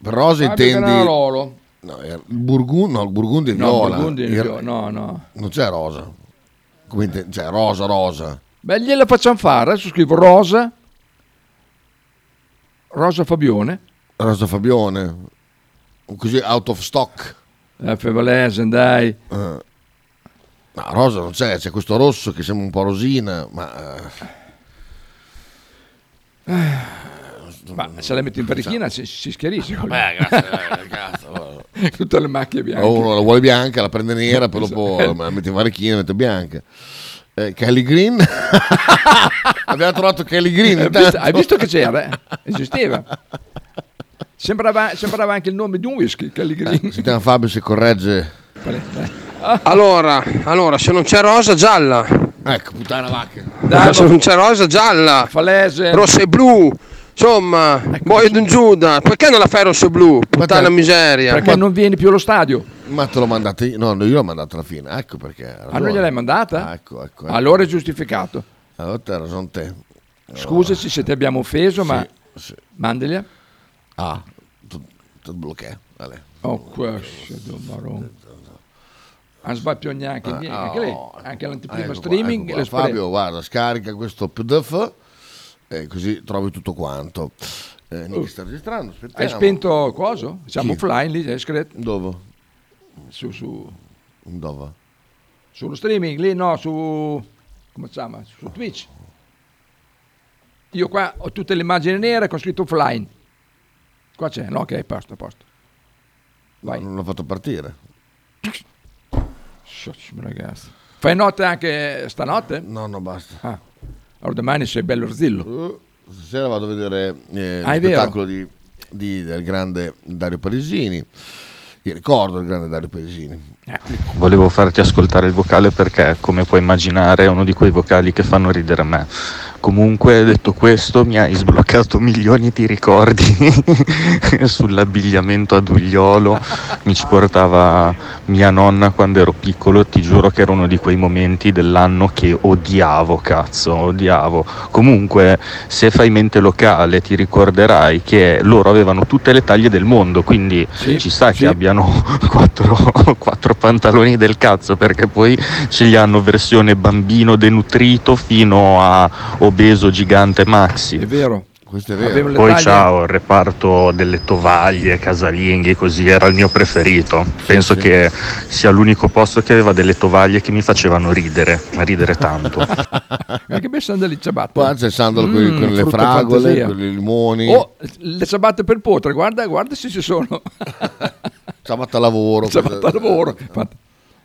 [SPEAKER 1] Per rosa
[SPEAKER 2] Fabio
[SPEAKER 1] intendi...
[SPEAKER 2] Granarolo.
[SPEAKER 1] No, era- il Burgund, no, il Burgundy è
[SPEAKER 2] No,
[SPEAKER 1] viola.
[SPEAKER 2] Burgundy è
[SPEAKER 1] Il-
[SPEAKER 2] viola, no, no.
[SPEAKER 1] Non c'è rosa. Quindi, cioè, rosa, rosa.
[SPEAKER 2] Beh, gliela facciamo fare. Adesso scrivo Rosa. Rosa Fabione.
[SPEAKER 1] Rosa Fabione. Così, out of stock.
[SPEAKER 2] Eh, Fevalesen, dai.
[SPEAKER 1] Eh. No, rosa non c'è, c'è questo rosso che sembra un po' rosina, ma... eh,
[SPEAKER 2] Ma
[SPEAKER 1] Mm.
[SPEAKER 2] se la metti in perichina si, si schierisce.
[SPEAKER 1] Beh, grazie,
[SPEAKER 2] [laughs]
[SPEAKER 1] eh, cazzo,
[SPEAKER 2] Tutte le macchie bianche.
[SPEAKER 1] o uno la vuole bianca, la prende nera, poi dopo
[SPEAKER 2] [laughs] Esatto.
[SPEAKER 1] la mette in varichina, la mette bianca. Eh, Kelly Green? [laughs] Abbiamo trovato Kelly Green.
[SPEAKER 2] Hai visto,
[SPEAKER 1] intanto.
[SPEAKER 2] hai visto che c'era? eh?
[SPEAKER 1] [laughs]
[SPEAKER 2] Esisteva. Sembrava, sembrava anche il nome di un whisky,
[SPEAKER 1] [laughs]
[SPEAKER 2] Kelly Green.
[SPEAKER 1] Sentiamo Fabio se corregge.
[SPEAKER 13] Allora, allora, se non c'è rosa, gialla.
[SPEAKER 1] Ecco, puttana vacca.
[SPEAKER 13] [laughs] se non c'è rosa, gialla.
[SPEAKER 2] Falese.
[SPEAKER 13] Rossa e blu. Insomma, muoio d'un Giuda. Perché non la fai rosso e blu? Puttana miseria.
[SPEAKER 2] Perché non vieni più allo stadio?
[SPEAKER 1] Ma te l'ho mandata io? No, io l'ho mandata alla fine. Ecco perché. ha
[SPEAKER 2] Ah, non
[SPEAKER 1] ragione.
[SPEAKER 2] gliel'hai mandata?
[SPEAKER 1] Ecco, ecco. ecco.
[SPEAKER 2] Allora è giustificato.
[SPEAKER 1] Allora te hai ragione te.
[SPEAKER 2] Scusaci se ti abbiamo offeso, ma
[SPEAKER 1] sì.
[SPEAKER 2] mandagli. eh.
[SPEAKER 1] Ah, tu, tu blocchi. Vale.
[SPEAKER 2] Oh, questo è un marron. Non sbaglio neanche, niente, anche lei, anche l'anteprima
[SPEAKER 1] Ah, Ecco qua,
[SPEAKER 2] streaming.
[SPEAKER 1] ecco qua.
[SPEAKER 2] le spre-
[SPEAKER 1] Fabio, guarda, scarica questo PDF e eh, così trovi tutto quanto. Eh, Nick
[SPEAKER 2] Oh.
[SPEAKER 1] sta registrando. Aspettiamo.
[SPEAKER 2] Hai spento coso? Siamo
[SPEAKER 1] eh, Chi?
[SPEAKER 2] offline lì, hai scritto?
[SPEAKER 1] Dove?
[SPEAKER 2] Su, su,
[SPEAKER 1] Dove?
[SPEAKER 2] sullo streaming, lì no, su... come si chiama? Su Twitch. Io qua ho tutte le immagini nere con scritto offline. Qua c'è, no, ok, posto, posto. Vai.
[SPEAKER 1] Non l'ho fatto partire.
[SPEAKER 2] Sciocci, ragazzi. Fai notte anche stanotte?
[SPEAKER 1] No, no, basta.
[SPEAKER 2] Ah. Allora domani sei bello Orzillo.
[SPEAKER 1] Eh, Stasera vado a vedere eh,
[SPEAKER 2] Ah, è
[SPEAKER 1] lo spettacolo di, di- del grande Dario Parisini. Io ricordo il grande Dario Parisini.
[SPEAKER 2] Eh,
[SPEAKER 14] Volevo farti ascoltare il vocale perché, come puoi immaginare, è uno di quei vocali che fanno ridere me. Comunque, detto questo, mi hai sbloccato [laughs] milioni di ricordi [laughs] sull'abbigliamento ad ugliolo. Mi ci portava mia nonna quando ero piccolo. Ti giuro che era uno di quei momenti dell'anno che odiavo, cazzo, odiavo. Comunque, se fai mente locale, ti ricorderai che loro avevano tutte le taglie del mondo, quindi ci sta che abbiano [laughs] quattro, quattro pantaloni del cazzo, perché poi ce li hanno versione bambino denutrito fino a obeso gigante maxi. È
[SPEAKER 2] vero.
[SPEAKER 1] Questo è
[SPEAKER 2] Avevo le
[SPEAKER 14] Poi
[SPEAKER 2] taglie-
[SPEAKER 14] ciao, il reparto delle tovaglie, casalinghe, così era il mio preferito. Penso che sia l'unico posto che aveva delle tovaglie che mi facevano ridere, ridere tanto.
[SPEAKER 2] Ma che bel sandali ciabatte.
[SPEAKER 1] Qua c'è il sandalo con- con le
[SPEAKER 2] Mm, frutta
[SPEAKER 1] fragole,
[SPEAKER 2] fantasia.
[SPEAKER 1] con i limoni.
[SPEAKER 2] Oh, le ciabatte per potre, guarda, guarda se ci sono.
[SPEAKER 1] Sabato lavoro.
[SPEAKER 2] Ciabatta al
[SPEAKER 1] questa-
[SPEAKER 2] lavoro. Infatti.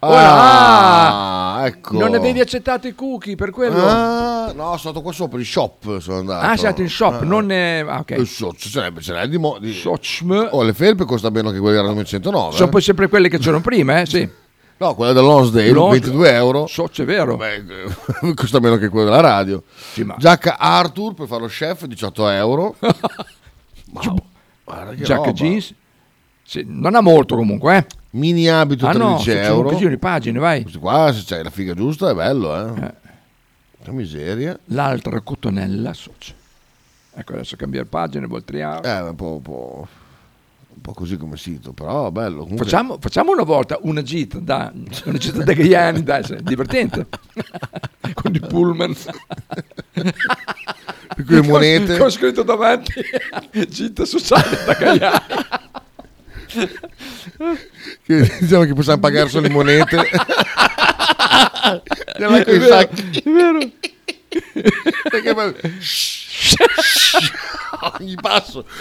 [SPEAKER 1] Ah,
[SPEAKER 2] Ora,
[SPEAKER 1] ecco.
[SPEAKER 2] Non avevi accettato i cookie per quello?
[SPEAKER 1] Ah, no, sono stato qua sopra, in shop sono andato.
[SPEAKER 2] Ah, sei andato in shop,
[SPEAKER 1] Eh.
[SPEAKER 2] non... eh, ah, ok.
[SPEAKER 1] Eh, so- ce n'è, ce n'è di mo- di- Oh, eh. le felpe costa meno che quelle della 909.
[SPEAKER 2] Sono poi sempre quelle che c'erano prima, eh? Sì.
[SPEAKER 1] No, quella dell'Onsdale,
[SPEAKER 2] L'Ons-
[SPEAKER 1] 22 euro.
[SPEAKER 2] So, c'è vero.
[SPEAKER 1] eh, [laughs] costa meno che quella della radio.
[SPEAKER 2] ma-
[SPEAKER 1] Giacca Arthur per fare lo chef, 18 euro. Ma- guarda che
[SPEAKER 2] Giacca
[SPEAKER 1] roba.
[SPEAKER 2] jeans. Sì, non ha molto comunque, eh.
[SPEAKER 1] Mini abito,
[SPEAKER 2] Ah no,
[SPEAKER 1] 13
[SPEAKER 2] sono
[SPEAKER 1] euro.
[SPEAKER 2] un piccino di pagine, vai.
[SPEAKER 1] Questo qua, se c'hai la figa
[SPEAKER 2] Eh.
[SPEAKER 1] giusta, è bello, eh. Che miseria.
[SPEAKER 2] L'altra cotonella, socio. Ecco, adesso cambiare pagina, voltriamo.
[SPEAKER 1] Eh, un po', un po'- un po' così come sito, però bello. comunque-
[SPEAKER 2] Facciamo, facciamo una volta una gita da, una gita da Gaiani, dai, se-
[SPEAKER 1] [laughs]
[SPEAKER 2] divertente. Con i pullman.
[SPEAKER 1] Piccole
[SPEAKER 2] [laughs]
[SPEAKER 1] monete.
[SPEAKER 2] Con scritto davanti, gita sociale da Gaiani.
[SPEAKER 1] Che, diciamo che possiamo pagare solo le
[SPEAKER 2] [laughs]
[SPEAKER 1] monete. [laughs] Andiamo
[SPEAKER 2] È
[SPEAKER 1] anche i
[SPEAKER 2] vero,
[SPEAKER 1] sacchi.
[SPEAKER 2] è vero.
[SPEAKER 1] Perché
[SPEAKER 2] [laughs]
[SPEAKER 1] poi- ogni passo [laughs]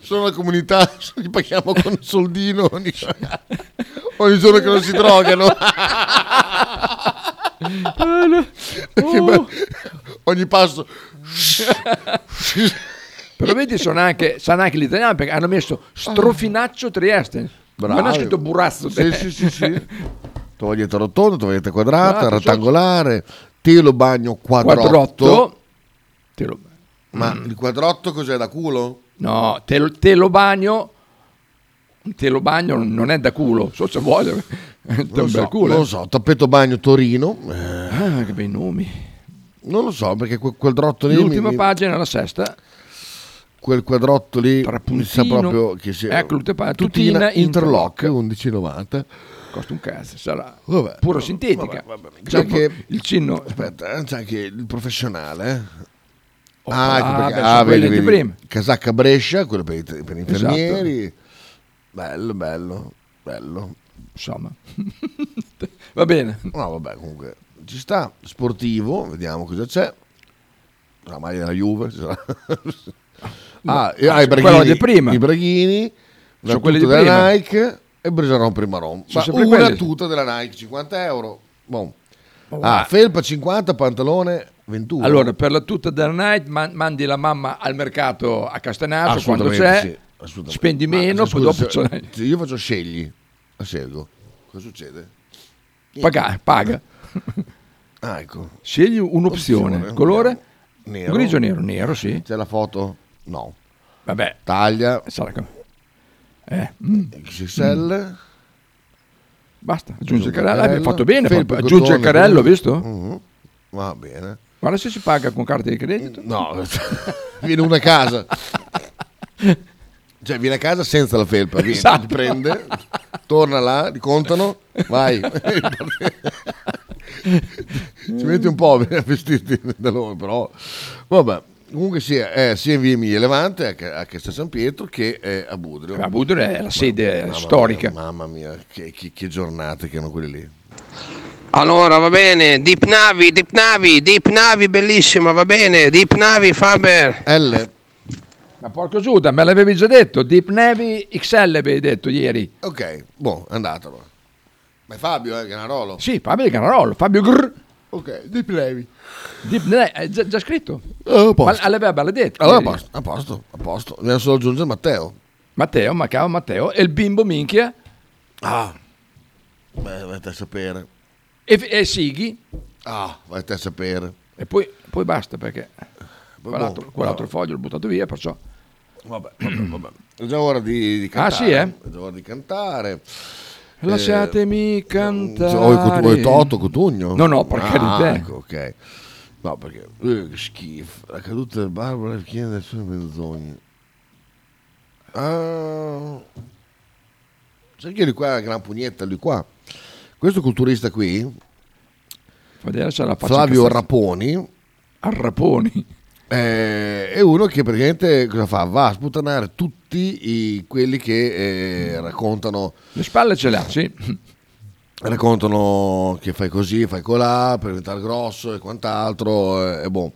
[SPEAKER 1] sono la comunità [laughs] gli paghiamo con un soldino ogni, [laughs] ogni giorno che non si drogano [laughs] Che bello. ogni passo
[SPEAKER 2] Però vedi, sono anche, sanno anche l'italiano perché hanno messo strofinaccio Trieste.
[SPEAKER 1] Bravi.
[SPEAKER 2] Non ha scritto burrazzo. eh.
[SPEAKER 1] Sì, sì, sì, sì.
[SPEAKER 2] [laughs]
[SPEAKER 1] tovaglietta rotonda tovaglietta quadrata
[SPEAKER 2] Quadrato,
[SPEAKER 1] rettangolare telo bagno quadrotto,
[SPEAKER 2] Quadrotto.
[SPEAKER 1] ma
[SPEAKER 2] Mm.
[SPEAKER 1] il quadrotto cos'è da culo?
[SPEAKER 2] No, te, telobagno. Un telobagno non è da culo, so se vuole. [laughs] È un
[SPEAKER 1] Non lo,
[SPEAKER 2] bel
[SPEAKER 1] so,
[SPEAKER 2] culo.
[SPEAKER 1] non
[SPEAKER 2] eh.
[SPEAKER 1] lo so, tappeto bagno Torino. Eh,
[SPEAKER 2] Ah, che bei nomi.
[SPEAKER 1] Non lo so, perché quel quadrotto lì.
[SPEAKER 2] L'ultima
[SPEAKER 1] mi- mi-
[SPEAKER 2] pagina, la sesta.
[SPEAKER 1] Quel quadrotto lì mi sa
[SPEAKER 2] Puntino.
[SPEAKER 1] proprio che sia.
[SPEAKER 2] Ecco, l'ultima pagina.
[SPEAKER 1] Tutina
[SPEAKER 2] Tutina
[SPEAKER 1] Interlock 11,90.
[SPEAKER 2] Costa un cazzo, sarà
[SPEAKER 1] Vabbè.
[SPEAKER 2] puro sintetica.
[SPEAKER 1] C'è
[SPEAKER 2] C'è un
[SPEAKER 1] anche
[SPEAKER 2] po' il cinno.
[SPEAKER 1] Aspetta, eh, c'è anche il professionale. eh.
[SPEAKER 2] Oh,
[SPEAKER 1] ah, ecco
[SPEAKER 2] ah,
[SPEAKER 1] perché-
[SPEAKER 2] beh,
[SPEAKER 1] ah,
[SPEAKER 2] sono
[SPEAKER 1] vedi,
[SPEAKER 2] quelli di
[SPEAKER 1] vedi.
[SPEAKER 2] prima.
[SPEAKER 1] Casacca Brescia, quello per i, per gli
[SPEAKER 2] Esatto.
[SPEAKER 1] infermieri. Bello, bello, bello.
[SPEAKER 2] Insomma. [laughs] Va bene.
[SPEAKER 1] No, vabbè, comunque ci sta. Sportivo, vediamo cosa c'è. La maglia della Juve. ci sarà. ah, e- ah, i
[SPEAKER 2] quello
[SPEAKER 1] Braghini.
[SPEAKER 2] di prima.
[SPEAKER 1] I Braghini. Una
[SPEAKER 2] Sono quelli
[SPEAKER 1] tuta
[SPEAKER 2] di
[SPEAKER 1] della
[SPEAKER 2] prima.
[SPEAKER 1] Nike e Bresaron Primaron.
[SPEAKER 2] Sono
[SPEAKER 1] Ma
[SPEAKER 2] sempre
[SPEAKER 1] una
[SPEAKER 2] quelli.
[SPEAKER 1] tuta della Nike, 50 euro. Boh.
[SPEAKER 2] Oh,
[SPEAKER 1] ah,
[SPEAKER 2] ma-
[SPEAKER 1] felpa 50, pantalone 21.
[SPEAKER 2] Allora, per la tuta del night man- mandi la mamma al mercato a Castenato quando
[SPEAKER 1] Assolutamente
[SPEAKER 2] c'è,
[SPEAKER 1] sì, assolutamente.
[SPEAKER 2] spendi
[SPEAKER 1] Ma,
[SPEAKER 2] meno,
[SPEAKER 1] scusa,
[SPEAKER 2] poi dopo
[SPEAKER 1] se-
[SPEAKER 2] c'è-
[SPEAKER 1] [laughs] se io faccio scegli, la scelgo. Cosa succede?
[SPEAKER 2] paga, paga.
[SPEAKER 1] Ah, ecco.
[SPEAKER 2] Scegli un'opzione,
[SPEAKER 1] Opzione,
[SPEAKER 2] colore
[SPEAKER 1] Nero.
[SPEAKER 2] grigio nero, nero sì.
[SPEAKER 1] C'è la foto? No.
[SPEAKER 2] Vabbè,
[SPEAKER 1] Taglia.
[SPEAKER 2] sarà come. Eh,
[SPEAKER 1] XXL.
[SPEAKER 2] Basta, aggiunge il carrello,
[SPEAKER 1] carrello.
[SPEAKER 2] hai fatto bene,
[SPEAKER 1] Felpe,
[SPEAKER 2] proprio, aggiunge il
[SPEAKER 1] cotone,
[SPEAKER 2] carrello,
[SPEAKER 1] quindi-
[SPEAKER 2] visto?
[SPEAKER 1] Mhm. Va bene.
[SPEAKER 2] Guarda se si paga con carte di credito.
[SPEAKER 1] No, viene una a casa. Cioè, viene a casa senza la felpa, viene, ti
[SPEAKER 2] Esatto.
[SPEAKER 1] prende, torna là, li contano, vai. Ci metti un po' a vestirti da loro, però. Vabbè, comunque sia, eh, sia in via Emilia Levante, a Ca- a Castel San Pietro, che eh, a Budrio.
[SPEAKER 2] A Budrio è la
[SPEAKER 1] Ma-
[SPEAKER 2] sede
[SPEAKER 1] mamma
[SPEAKER 2] storica.
[SPEAKER 1] mia, mamma mia, che, che- che giornate che hanno quelle lì.
[SPEAKER 13] [laughs] Allora va bene, Deep Navi, Deep Navi, Deep Navi bellissima, va bene, Deep Navi Faber.
[SPEAKER 1] L.
[SPEAKER 2] Ma porco Giuda, me l'avevi già detto, Deep Navy XL avevi detto ieri.
[SPEAKER 1] Ok, boh, andatelo. Ma è Fabio, eh, Ganarolo.
[SPEAKER 2] Sì, Fabio di Canarolo, Fabio Grr.
[SPEAKER 1] Ok, di plevi.
[SPEAKER 2] Deep Navy, è già, già scritto.
[SPEAKER 1] Oh, a
[SPEAKER 2] Ma eh,
[SPEAKER 1] posto.
[SPEAKER 2] l'aveva l'ha detto.
[SPEAKER 1] Allora, a
[SPEAKER 2] ieri.
[SPEAKER 1] posto, a posto, a posto. Dobbiamo solo aggiungere Matteo.
[SPEAKER 2] Matteo, ma cavo Matteo, e il bimbo minchia,
[SPEAKER 1] Ah, beh, vai te a sapere.
[SPEAKER 2] e, e Sighi,
[SPEAKER 1] Ah, vai te a sapere.
[SPEAKER 2] e poi, poi basta perché quell'altro,
[SPEAKER 1] boh,
[SPEAKER 2] quell'altro foglio l'ho buttato via, perciò...
[SPEAKER 1] Eh, Vabbè, vabbè, vabbè. È già ora di, di
[SPEAKER 2] Ah,
[SPEAKER 1] cantare.
[SPEAKER 2] sì, eh?
[SPEAKER 1] È già ora di cantare.
[SPEAKER 2] Lasciatemi
[SPEAKER 1] Eh, o il Cotu- o
[SPEAKER 2] cantare.
[SPEAKER 1] il Toto Cotugno?
[SPEAKER 2] No, no, porca
[SPEAKER 1] Ah,
[SPEAKER 2] di te.
[SPEAKER 1] Ecco, ok. No, perché eh, che schifo. La caduta del Barbara chiede le sue menzogne. Ah, sai che lui qua è una gran pugnetta, lui qua. Questo culturista qui,
[SPEAKER 2] Fa vedere se la faccia
[SPEAKER 1] Flavio
[SPEAKER 2] incazzata.
[SPEAKER 1] Raponi,
[SPEAKER 2] Arraponi.
[SPEAKER 1] Eh, è uno che praticamente cosa fa? Va a sputanare tutti i- quelli che eh, raccontano,
[SPEAKER 2] Le spalle ce l'ha, sì.
[SPEAKER 1] raccontano che fai così, fai colà per diventare grosso e quant'altro. eh, E boh.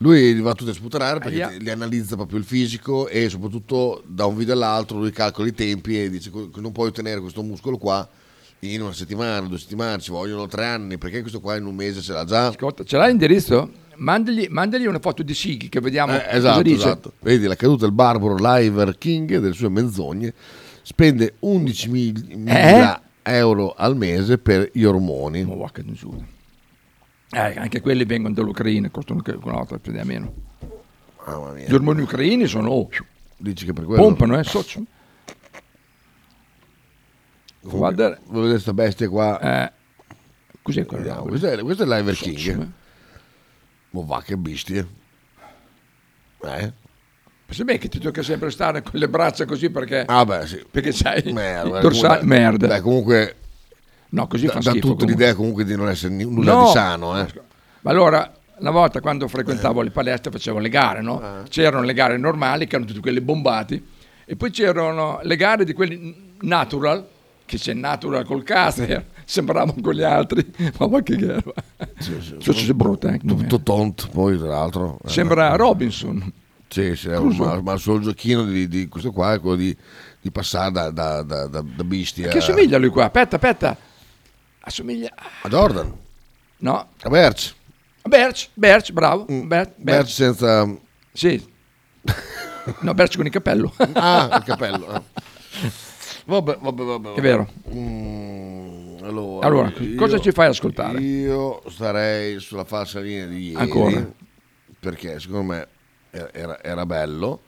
[SPEAKER 1] Lui li va tutti a sputanare perché
[SPEAKER 2] Ahia.
[SPEAKER 1] ti- li analizza proprio il fisico e soprattutto da un video all'altro lui calcola i tempi e dice che non puoi ottenere questo muscolo qua in una settimana, due settimane, ci vogliono tre anni perché questo qua in un mese ce l'ha già.
[SPEAKER 2] Ascolta, ce l'ha l'indirizzo? Mandagli, mandagli una foto di Sighi che vediamo
[SPEAKER 1] Eh,
[SPEAKER 2] cosa
[SPEAKER 1] esatto,
[SPEAKER 2] dice.
[SPEAKER 1] esatto. Vedi la caduta del barbaro Liver King e delle sue menzogne. Spende 11.000 euro al mese per gli ormoni.
[SPEAKER 2] Ma va che misura. Eh, anche quelli vengono dall'Ucraina, costano che un'altra più di meno.
[SPEAKER 1] Mamma mia.
[SPEAKER 2] Gli ormoni ucraini sono... oh,
[SPEAKER 1] Dici che per Eh. quello.
[SPEAKER 2] pompano, eh, socio.
[SPEAKER 1] Comunque,
[SPEAKER 2] Guarda-
[SPEAKER 1] vuoi vedere questa bestia qua.
[SPEAKER 2] Eh, cos'è quella
[SPEAKER 1] Vediamo,
[SPEAKER 2] roba?
[SPEAKER 1] questo, è, questo è Liver
[SPEAKER 2] Socio,
[SPEAKER 1] King. Ma va che bestie. Eh?
[SPEAKER 2] Se beh che ti tocca sempre stare con le braccia così perché...
[SPEAKER 1] Ah beh, sì.
[SPEAKER 2] Perché c'hai
[SPEAKER 1] Merda,
[SPEAKER 2] il dorsale-
[SPEAKER 1] comunque-
[SPEAKER 2] merda.
[SPEAKER 1] Beh, comunque
[SPEAKER 2] No, così
[SPEAKER 1] da,
[SPEAKER 2] fa
[SPEAKER 1] da
[SPEAKER 2] schifo,
[SPEAKER 1] tutto
[SPEAKER 2] comunque.
[SPEAKER 1] l'idea comunque di non essere ni- nulla
[SPEAKER 2] No.
[SPEAKER 1] di sano, eh.
[SPEAKER 2] Ma allora, una volta quando frequentavo le palestre facevo le gare,
[SPEAKER 1] Ah.
[SPEAKER 2] no? C'erano le gare normali, che erano tutti quelli bombati, e poi c'erano le gare di quelli natural, che c'è natural col caster, sembravamo con gli altri, ma ma che gara. Cioè, c'è brutta, eh.
[SPEAKER 1] Tutto tonto, poi tra l'altro. eh.
[SPEAKER 2] Sembra Robinson.
[SPEAKER 1] Sì, sì, eh,
[SPEAKER 2] Cruso.
[SPEAKER 1] ma, ma il suo giochino di, di questo qua è quello di, di passare da, da, da, da, da bistia
[SPEAKER 2] Che assomiglia lui qua? Aspetta, aspetta. Assomiglia
[SPEAKER 1] a Jordan.
[SPEAKER 2] No.
[SPEAKER 1] A Berch.
[SPEAKER 2] a Berch, Berch, bravo. Berch,
[SPEAKER 1] Mm. Berch
[SPEAKER 2] Berch.
[SPEAKER 1] senza...
[SPEAKER 2] Sì. No, Berch con il cappello.
[SPEAKER 1] Ah, il cappello. ah. Vabbè, vabbè, vabbè.
[SPEAKER 2] È vero.
[SPEAKER 1] Mm, allora,
[SPEAKER 2] Allora, cosa ci fai ascoltare?
[SPEAKER 1] Io starei sulla falsa linea di ieri.
[SPEAKER 2] Ancora?
[SPEAKER 1] Perché secondo me era, era- era bello.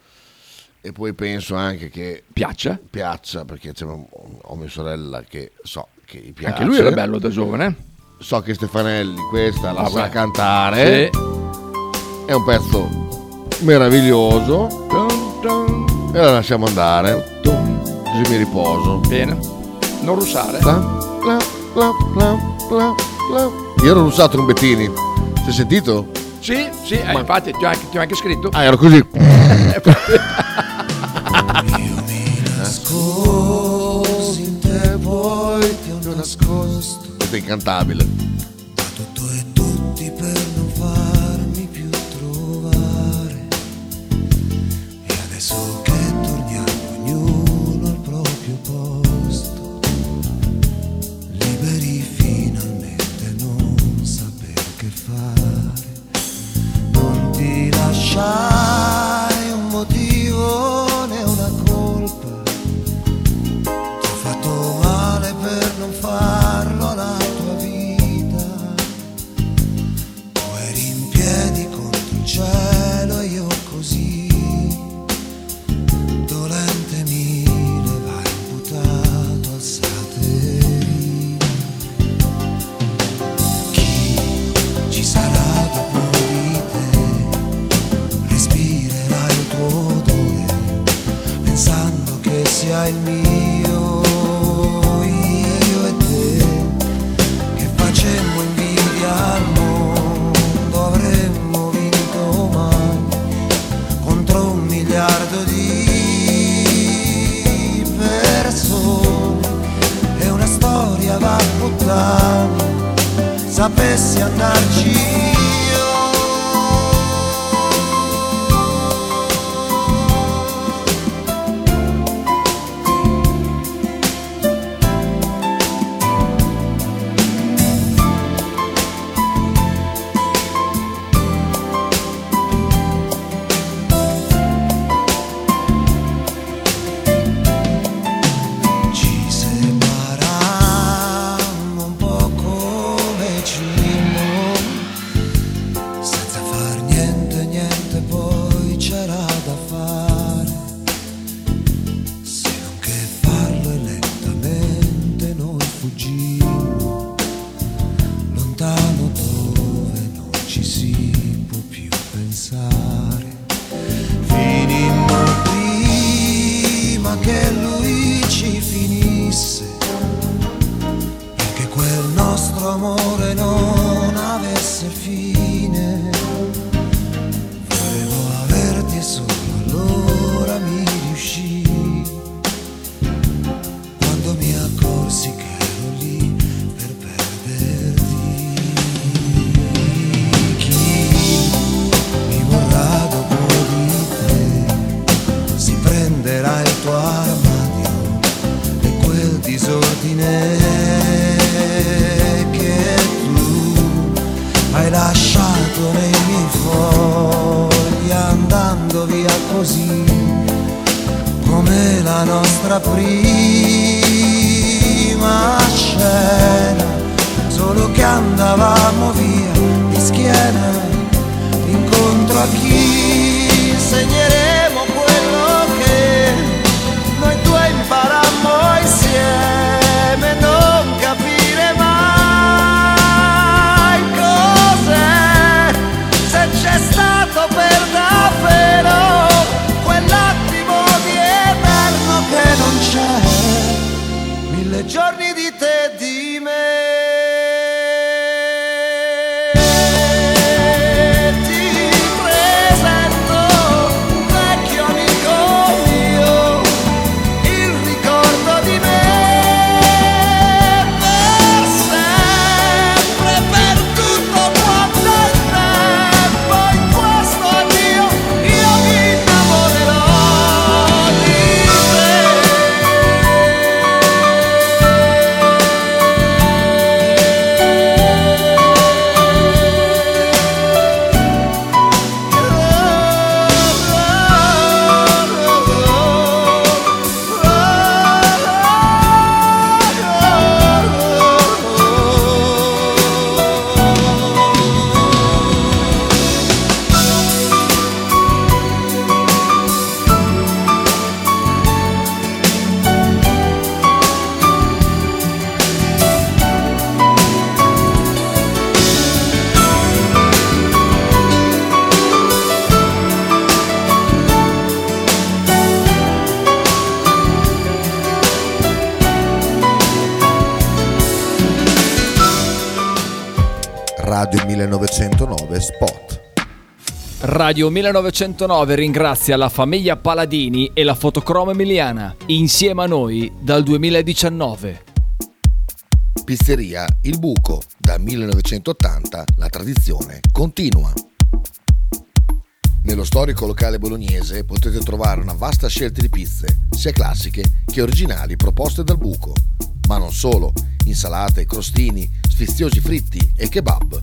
[SPEAKER 1] E poi penso anche che...
[SPEAKER 2] Piaccia?
[SPEAKER 1] Piaccia, perché c'è, ho mia sorella che so che gli piace.
[SPEAKER 2] Anche lui era bello da giovane.
[SPEAKER 1] So che Stefanelli questa la
[SPEAKER 2] Ah,
[SPEAKER 1] sa
[SPEAKER 2] beh.
[SPEAKER 1] cantare.
[SPEAKER 2] Sì.
[SPEAKER 1] È un pezzo meraviglioso. E la lasciamo andare. Così mi riposo.
[SPEAKER 2] Bene. Non russare.
[SPEAKER 1] Io ero russato trombettini. Ti hai sentito?
[SPEAKER 2] Sì, sì, eh, infatti ti ho anche, ti ho anche scritto.
[SPEAKER 1] Ah, ero così.
[SPEAKER 10] Nascosi in te vuoi ti ho nascosto
[SPEAKER 1] Questo è incantabile.
[SPEAKER 10] tutti per non farmi più trovare e adesso che torniamo ognuno al proprio posto liberi finalmente non saper che fare non ti lasciai un motivo né una colpa ti ho fatto male per non farlo alla tua vita. Tu eri in piedi contro il cielo e io così, dolente mille, va imputato al satellite. Chi ci sarà dopo di te? Respirerai il tuo odore pensando che sia il mio io e te che facemmo invidia al mondo avremmo vinto mai contro un miliardo di persone e una storia va a puttana sapessi andarci io Ci separammo un po' come cimmo Senza far niente, niente poi c'era da fare Se non che farlo e lentamente noi fuggimmo Lontano dove non ci si può più pensare Finimmo prima che lui ci finisse, perché quel nostro amore non avesse fine. Volevo averti e solo allora mi riuscì, quando mi accorsi che ero lì per perderti. Chi mi vorrà dopo di si prenderà il tuo armadio e quel disordine che tu hai lasciato nei miei fogli andando via così come la nostra prima scena solo che andavamo via di schiena incontro a chi insegneremo quello che noi due imparammo insieme non capire mai cos'è se c'è stato per davvero
[SPEAKER 1] Radio 1909 Spot.
[SPEAKER 15] Radio 1909 ringrazia la famiglia Paladini e la fotocromo emiliana, insieme a noi dal 2019.
[SPEAKER 1] Pizzeria Il Buco, da 1980 la tradizione continua. Nello storico locale bolognese potete trovare una vasta scelta di pizze, sia classiche che originali proposte dal buco. Ma non solo, insalate, crostini, sfiziosi fritti e kebab.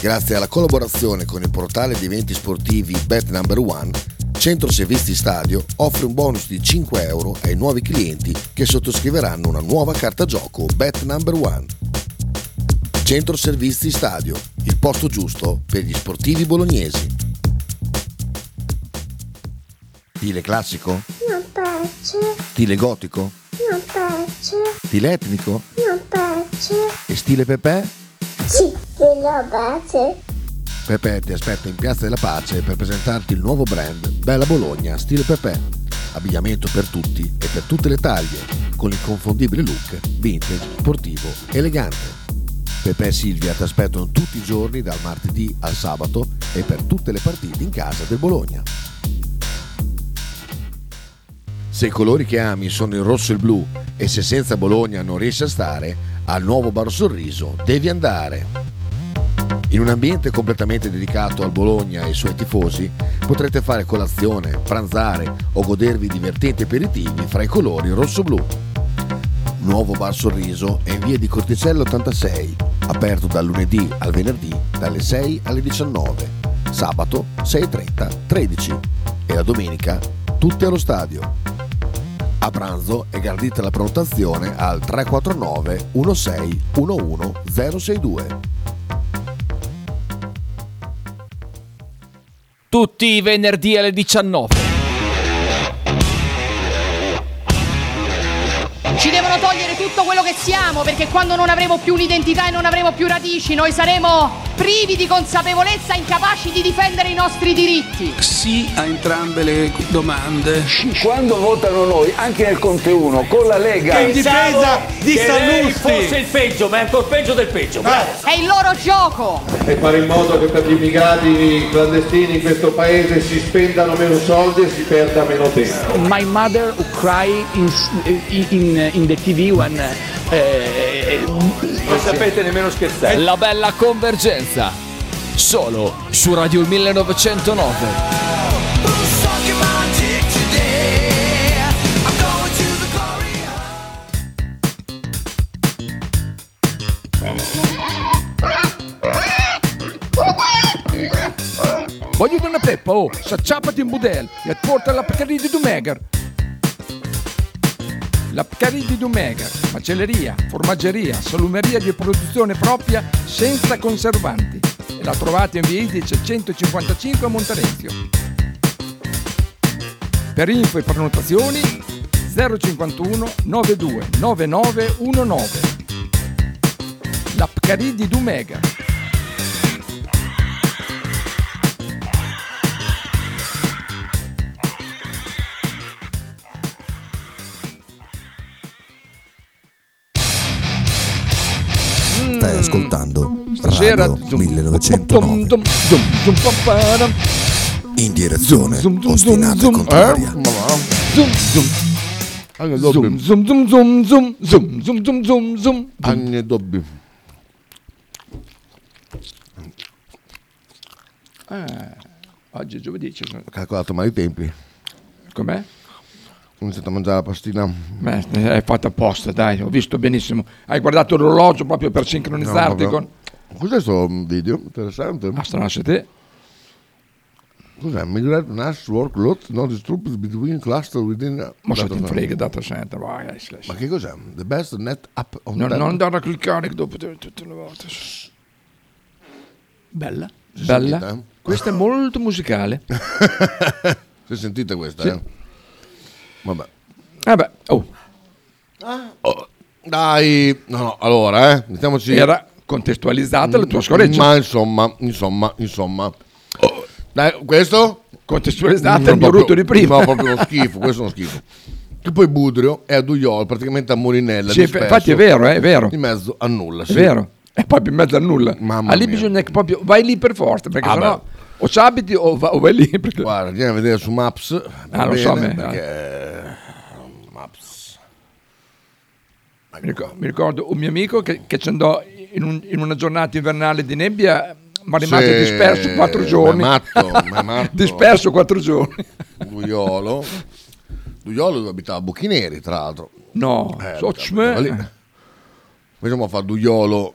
[SPEAKER 1] Grazie alla collaborazione con il portale di eventi sportivi Bet Number One, Centro Servizi Stadio offre un bonus di 5 euro ai nuovi clienti che sottoscriveranno una nuova carta gioco Bet Number One. Centro Servizi Stadio, il posto giusto per gli sportivi bolognesi. Stile classico?
[SPEAKER 7] Non piace,
[SPEAKER 1] Stile gotico?
[SPEAKER 7] non piace,
[SPEAKER 1] Stile etnico?
[SPEAKER 7] non piace.
[SPEAKER 1] E stile Pepe?
[SPEAKER 7] Sì, della base.
[SPEAKER 1] Pepe ti aspetta in Piazza della Pace per presentarti il nuovo brand Bella Bologna Stile Pepe. Abbigliamento per tutti e per tutte le taglie, con l'inconfondibile look vintage, sportivo, elegante. Pepe e Silvia ti aspettano tutti i giorni dal martedì al sabato e per tutte le partite in casa del Bologna. Se i colori che ami sono il rosso e il blu e se senza Bologna non riesci a stare, al nuovo Bar Sorriso devi andare. In un ambiente completamente dedicato al Bologna e ai suoi tifosi, potrete fare colazione, pranzare o godervi divertenti aperitivi fra i colori rosso-blu. Nuovo Bar Sorriso è in via di Corticello 86, aperto dal lunedì al venerdì dalle 6 alle 19, sabato 6.30 13 e la domenica tutti allo stadio. A pranzo è gardita la prenotazione al 349 16 11 062.
[SPEAKER 15] Tutti i venerdì alle 19.
[SPEAKER 16] Ci devono togliere tutto quello che siamo, perché quando non avremo più un'identità e non avremo più radici, noi saremo privi di consapevolezza, incapaci di difendere i nostri diritti.
[SPEAKER 17] Sì a entrambe le domande.
[SPEAKER 14] Quando votano noi, anche nel Conte 1, con la Lega
[SPEAKER 18] In difesa di Sallusti.
[SPEAKER 14] forse il peggio, ma è ancora peggio del peggio.
[SPEAKER 16] È il loro gioco.
[SPEAKER 19] e fare in modo che per gli immigrati clandestini in questo paese si spendano meno soldi e si perda meno tempo.
[SPEAKER 17] My mother who cry in, in, in the TV when... eh,
[SPEAKER 14] Non sapete nemmeno scherzare.
[SPEAKER 15] La bella convergenza. Solo su Radio 1909.
[SPEAKER 2] Voglio una peppa, oh, s'acciappati in budel e porta la Pcaridi di Dumegar. La Pcaridi di Dumegar, macelleria, formaggeria, salumeria di produzione propria senza conservanti. E la trovate in via Idice 155 a Monterezio. Per info e prenotazioni 051 92 9919. La Pcaridi di Dumegar.
[SPEAKER 1] Stai ascoltando
[SPEAKER 2] Stasera-
[SPEAKER 1] Radio 1909 in direzione ostinata e contraria.
[SPEAKER 2] Zoom, zoom, zoom, zoom, zoom, zoom, zoom, zoom, zoom, zoom.
[SPEAKER 20] Anne Dobbi.
[SPEAKER 2] Eh, oggi è giovedì. C'è...
[SPEAKER 20] Ho calcolato male i tempi.
[SPEAKER 2] Com'è?
[SPEAKER 20] Ho iniziato a mangiare la pastina.
[SPEAKER 2] Beh, eh, è fatta apposta, dai, ho visto benissimo. Hai guardato l'orologio proprio per sincronizzarti
[SPEAKER 20] No,
[SPEAKER 2] con...
[SPEAKER 20] vabbè. Cos'è questo video? Interessante.
[SPEAKER 2] Astronauta te.
[SPEAKER 20] Cos'è? Migrate mass workload not distributed between cluster within...
[SPEAKER 2] Ma se ti frega, data center, vai, vai, slash.
[SPEAKER 20] Ma che cos'è? The best net app on
[SPEAKER 2] Non,
[SPEAKER 20] the-
[SPEAKER 2] non andare a cliccare dopo tutte le volte. Bella.
[SPEAKER 1] Si è
[SPEAKER 2] Bella.
[SPEAKER 20] eh.
[SPEAKER 1] sentita?
[SPEAKER 2] Questa è molto musicale.
[SPEAKER 1] Si è sentita questa?
[SPEAKER 2] Sì.
[SPEAKER 1] eh? Vabbè.
[SPEAKER 2] Vabbè, oh.
[SPEAKER 1] Oh, dai, no, no, allora, eh, mettiamoci.
[SPEAKER 2] Era contestualizzata la tua scorreggia.
[SPEAKER 1] Ma insomma, insomma, insomma. Dai, questo?
[SPEAKER 2] Contestualizzata
[SPEAKER 1] è
[SPEAKER 2] il brutto di prima.
[SPEAKER 1] No, proprio uno schifo, questo è uno schifo. Che poi Budrio è a Dugliol, praticamente a Molinella.
[SPEAKER 2] Sì,
[SPEAKER 1] di
[SPEAKER 2] inf-
[SPEAKER 1] Spesso,
[SPEAKER 2] infatti è vero, eh, è vero.
[SPEAKER 1] In mezzo a nulla,
[SPEAKER 2] È
[SPEAKER 1] sì.
[SPEAKER 2] vero. E poi in mezzo a nulla.
[SPEAKER 1] Mamma
[SPEAKER 2] Ah, lì
[SPEAKER 1] mia.
[SPEAKER 2] bisogna che proprio vai lì per forza, perché
[SPEAKER 1] Ah,
[SPEAKER 2] sennò
[SPEAKER 1] beh.
[SPEAKER 2] o ci abiti o, va- o vai lì. [laughs] Perché...
[SPEAKER 1] Guarda, andiamo a vedere su Maps.
[SPEAKER 2] Ah,
[SPEAKER 1] Va
[SPEAKER 2] lo so, eh.
[SPEAKER 1] bene,
[SPEAKER 2] beh,
[SPEAKER 1] perché... eh, Maps.
[SPEAKER 2] Mi ricor- mi ricordo un mio amico che, che ci andò in, un- in una giornata invernale di nebbia, ma rimase
[SPEAKER 1] Sì,
[SPEAKER 2] disperso quattro
[SPEAKER 1] ma Eh, è
[SPEAKER 2] giorni. [laughs]
[SPEAKER 1] matto, ma è matto.
[SPEAKER 2] disperso quattro giorni.
[SPEAKER 1] Dugliolo. Dugliolo dove abitava Bucchineri, tra l'altro.
[SPEAKER 2] No,
[SPEAKER 1] Eh,
[SPEAKER 2] so-
[SPEAKER 1] abitava lì. Poi siamo a fare Dugliolo,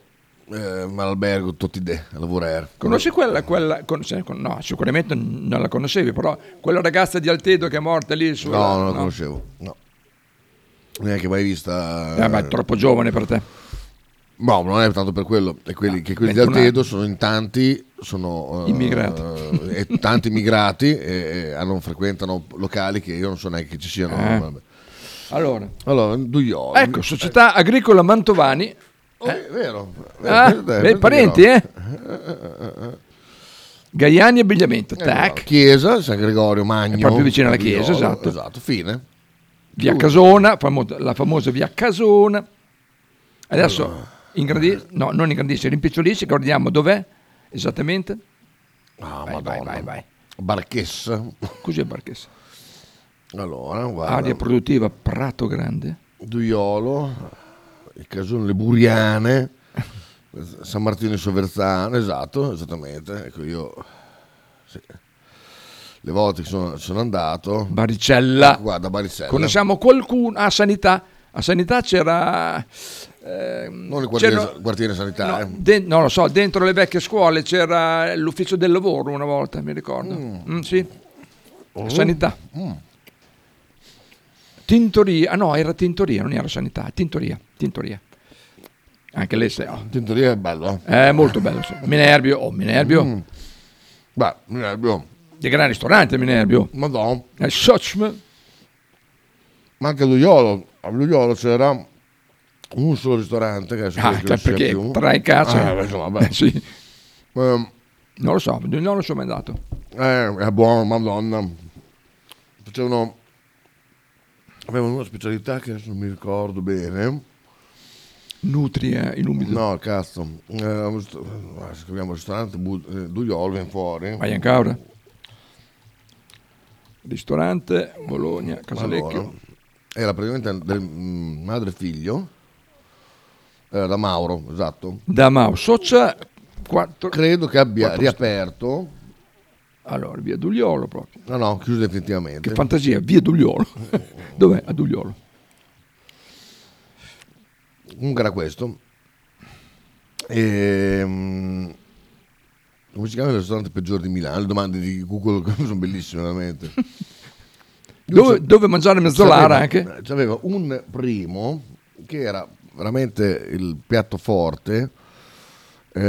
[SPEAKER 1] eh, Malalbergo, tutti de, a lavorare.
[SPEAKER 2] Conosci quella, quella con- se- con- no, sicuramente non la conoscevi, però quella ragazza di Altedo che è morta lì su...
[SPEAKER 1] No, non la conoscevo, no. Neanche mai vista...
[SPEAKER 2] Eh, ma è troppo giovane per te.
[SPEAKER 1] No, ma non è tanto per quello, è
[SPEAKER 2] Ah,
[SPEAKER 1] quelli, che quelli di
[SPEAKER 2] 21
[SPEAKER 1] Altedo sono in tanti, sono eh,
[SPEAKER 2] Immigrati.
[SPEAKER 1] eh, e tanti immigrati e, e hanno- frequentano locali che io non so neanche che ci siano.
[SPEAKER 2] Eh.
[SPEAKER 1] vabbè.
[SPEAKER 2] Allora,
[SPEAKER 1] Allora, Dugliolo.
[SPEAKER 2] ecco, Società Agricola Mantovani.
[SPEAKER 1] Oh, è vero.
[SPEAKER 2] Ah,
[SPEAKER 1] Eh, dai,
[SPEAKER 2] beh,
[SPEAKER 1] perché
[SPEAKER 2] parenti,
[SPEAKER 1] no?
[SPEAKER 2] eh?
[SPEAKER 1] Eh, eh, eh.
[SPEAKER 2] Gaiani Abbigliamento,
[SPEAKER 1] Eh,
[SPEAKER 2] tac.
[SPEAKER 1] no, Chiesa, San Gregorio Magno.
[SPEAKER 2] È proprio vicino alla chiesa,
[SPEAKER 1] Dugliolo,
[SPEAKER 2] esatto.
[SPEAKER 1] Esatto, fine.
[SPEAKER 2] Via
[SPEAKER 1] Chiuso.
[SPEAKER 2] Casona, famo- la famosa via Casona. Adesso
[SPEAKER 1] Eh.
[SPEAKER 2] ingrandisci, no, non ingrandisci, rimpicciolisci, guardiamo dov'è esattamente.
[SPEAKER 1] Ah,
[SPEAKER 2] vai, vai, vai, vai.
[SPEAKER 1] Barchessa.
[SPEAKER 2] Cos'è Barchessa?
[SPEAKER 1] Allora,
[SPEAKER 2] Aria
[SPEAKER 1] guarda.
[SPEAKER 2] produttiva Prato Grande.
[SPEAKER 1] Duiolo, il Casone Le Buriane, [laughs] San Martino di Soverzano, esatto, esattamente. Ecco, io sì. le volte che sono, sono andato.
[SPEAKER 2] Baricella.
[SPEAKER 1] Ecco qua, da Baricella.
[SPEAKER 2] Conosciamo qualcuno a Sanità. A Sanità c'era... ehm,
[SPEAKER 1] Non il quartiere,
[SPEAKER 2] c'erano-
[SPEAKER 1] quartiere sanità, eh.
[SPEAKER 2] de- non lo so, dentro le vecchie scuole c'era l'ufficio del lavoro una volta, mi ricordo. Mm, sì.
[SPEAKER 1] Oh.
[SPEAKER 2] Sanità.
[SPEAKER 1] Mm.
[SPEAKER 2] Tintoria, ah no, era tintoria, non era sanità, tintoria, tintoria. Anche lei se- oh,
[SPEAKER 1] Tintoria è bello. eh.
[SPEAKER 2] È molto bello, sì. Minerbio, oh, Minerbio.
[SPEAKER 1] Mm. Beh, Minerbio.
[SPEAKER 2] Di gran ristorante Minerbio.
[SPEAKER 1] Madonna.
[SPEAKER 2] Eh, Socm.
[SPEAKER 1] Ma anche a Duiolo, a Duiolo c'era un solo ristorante che adesso
[SPEAKER 2] Ah,
[SPEAKER 1] credo che non ci sia
[SPEAKER 2] perché
[SPEAKER 1] più.
[SPEAKER 2] tra i cazzo.
[SPEAKER 1] Ah, beh, insomma, vabbè.
[SPEAKER 2] Eh, [laughs] sì.
[SPEAKER 1] Ehm,
[SPEAKER 2] Non lo so, non lo so mai andato.
[SPEAKER 1] Eh, è buono, madonna. Facevano... Avevano una specialità che adesso non mi ricordo bene.
[SPEAKER 2] Nutria in umido.
[SPEAKER 1] No, cazzo. Eh, un rist- eh, scriviamo ristorante Bu- eh, Dugliolo, viene fuori.
[SPEAKER 2] Vai ancora. Ristorante, Bologna, Casalecchio.
[SPEAKER 1] Allora, era praticamente del mm, madre e figlio. Era da Mauro, esatto.
[SPEAKER 2] Da Mau, Soccia, quattro-
[SPEAKER 1] Credo che abbia
[SPEAKER 2] quattro
[SPEAKER 1] riaperto.
[SPEAKER 2] Allora, via Dugliolo proprio.
[SPEAKER 1] No, no, chiuso definitivamente.
[SPEAKER 2] Che fantasia, via
[SPEAKER 1] [laughs]
[SPEAKER 2] Dugliolo. Dov'è? A Dugliolo.
[SPEAKER 1] Comunque era questo. Ehm, come si chiama il ristorante peggiore di Milano? Le domande di Google [laughs] sono bellissime, veramente.
[SPEAKER 2] Dove, dove mangiare mezzolara anche?
[SPEAKER 1] C'aveva un primo che era veramente il piatto forte. eh,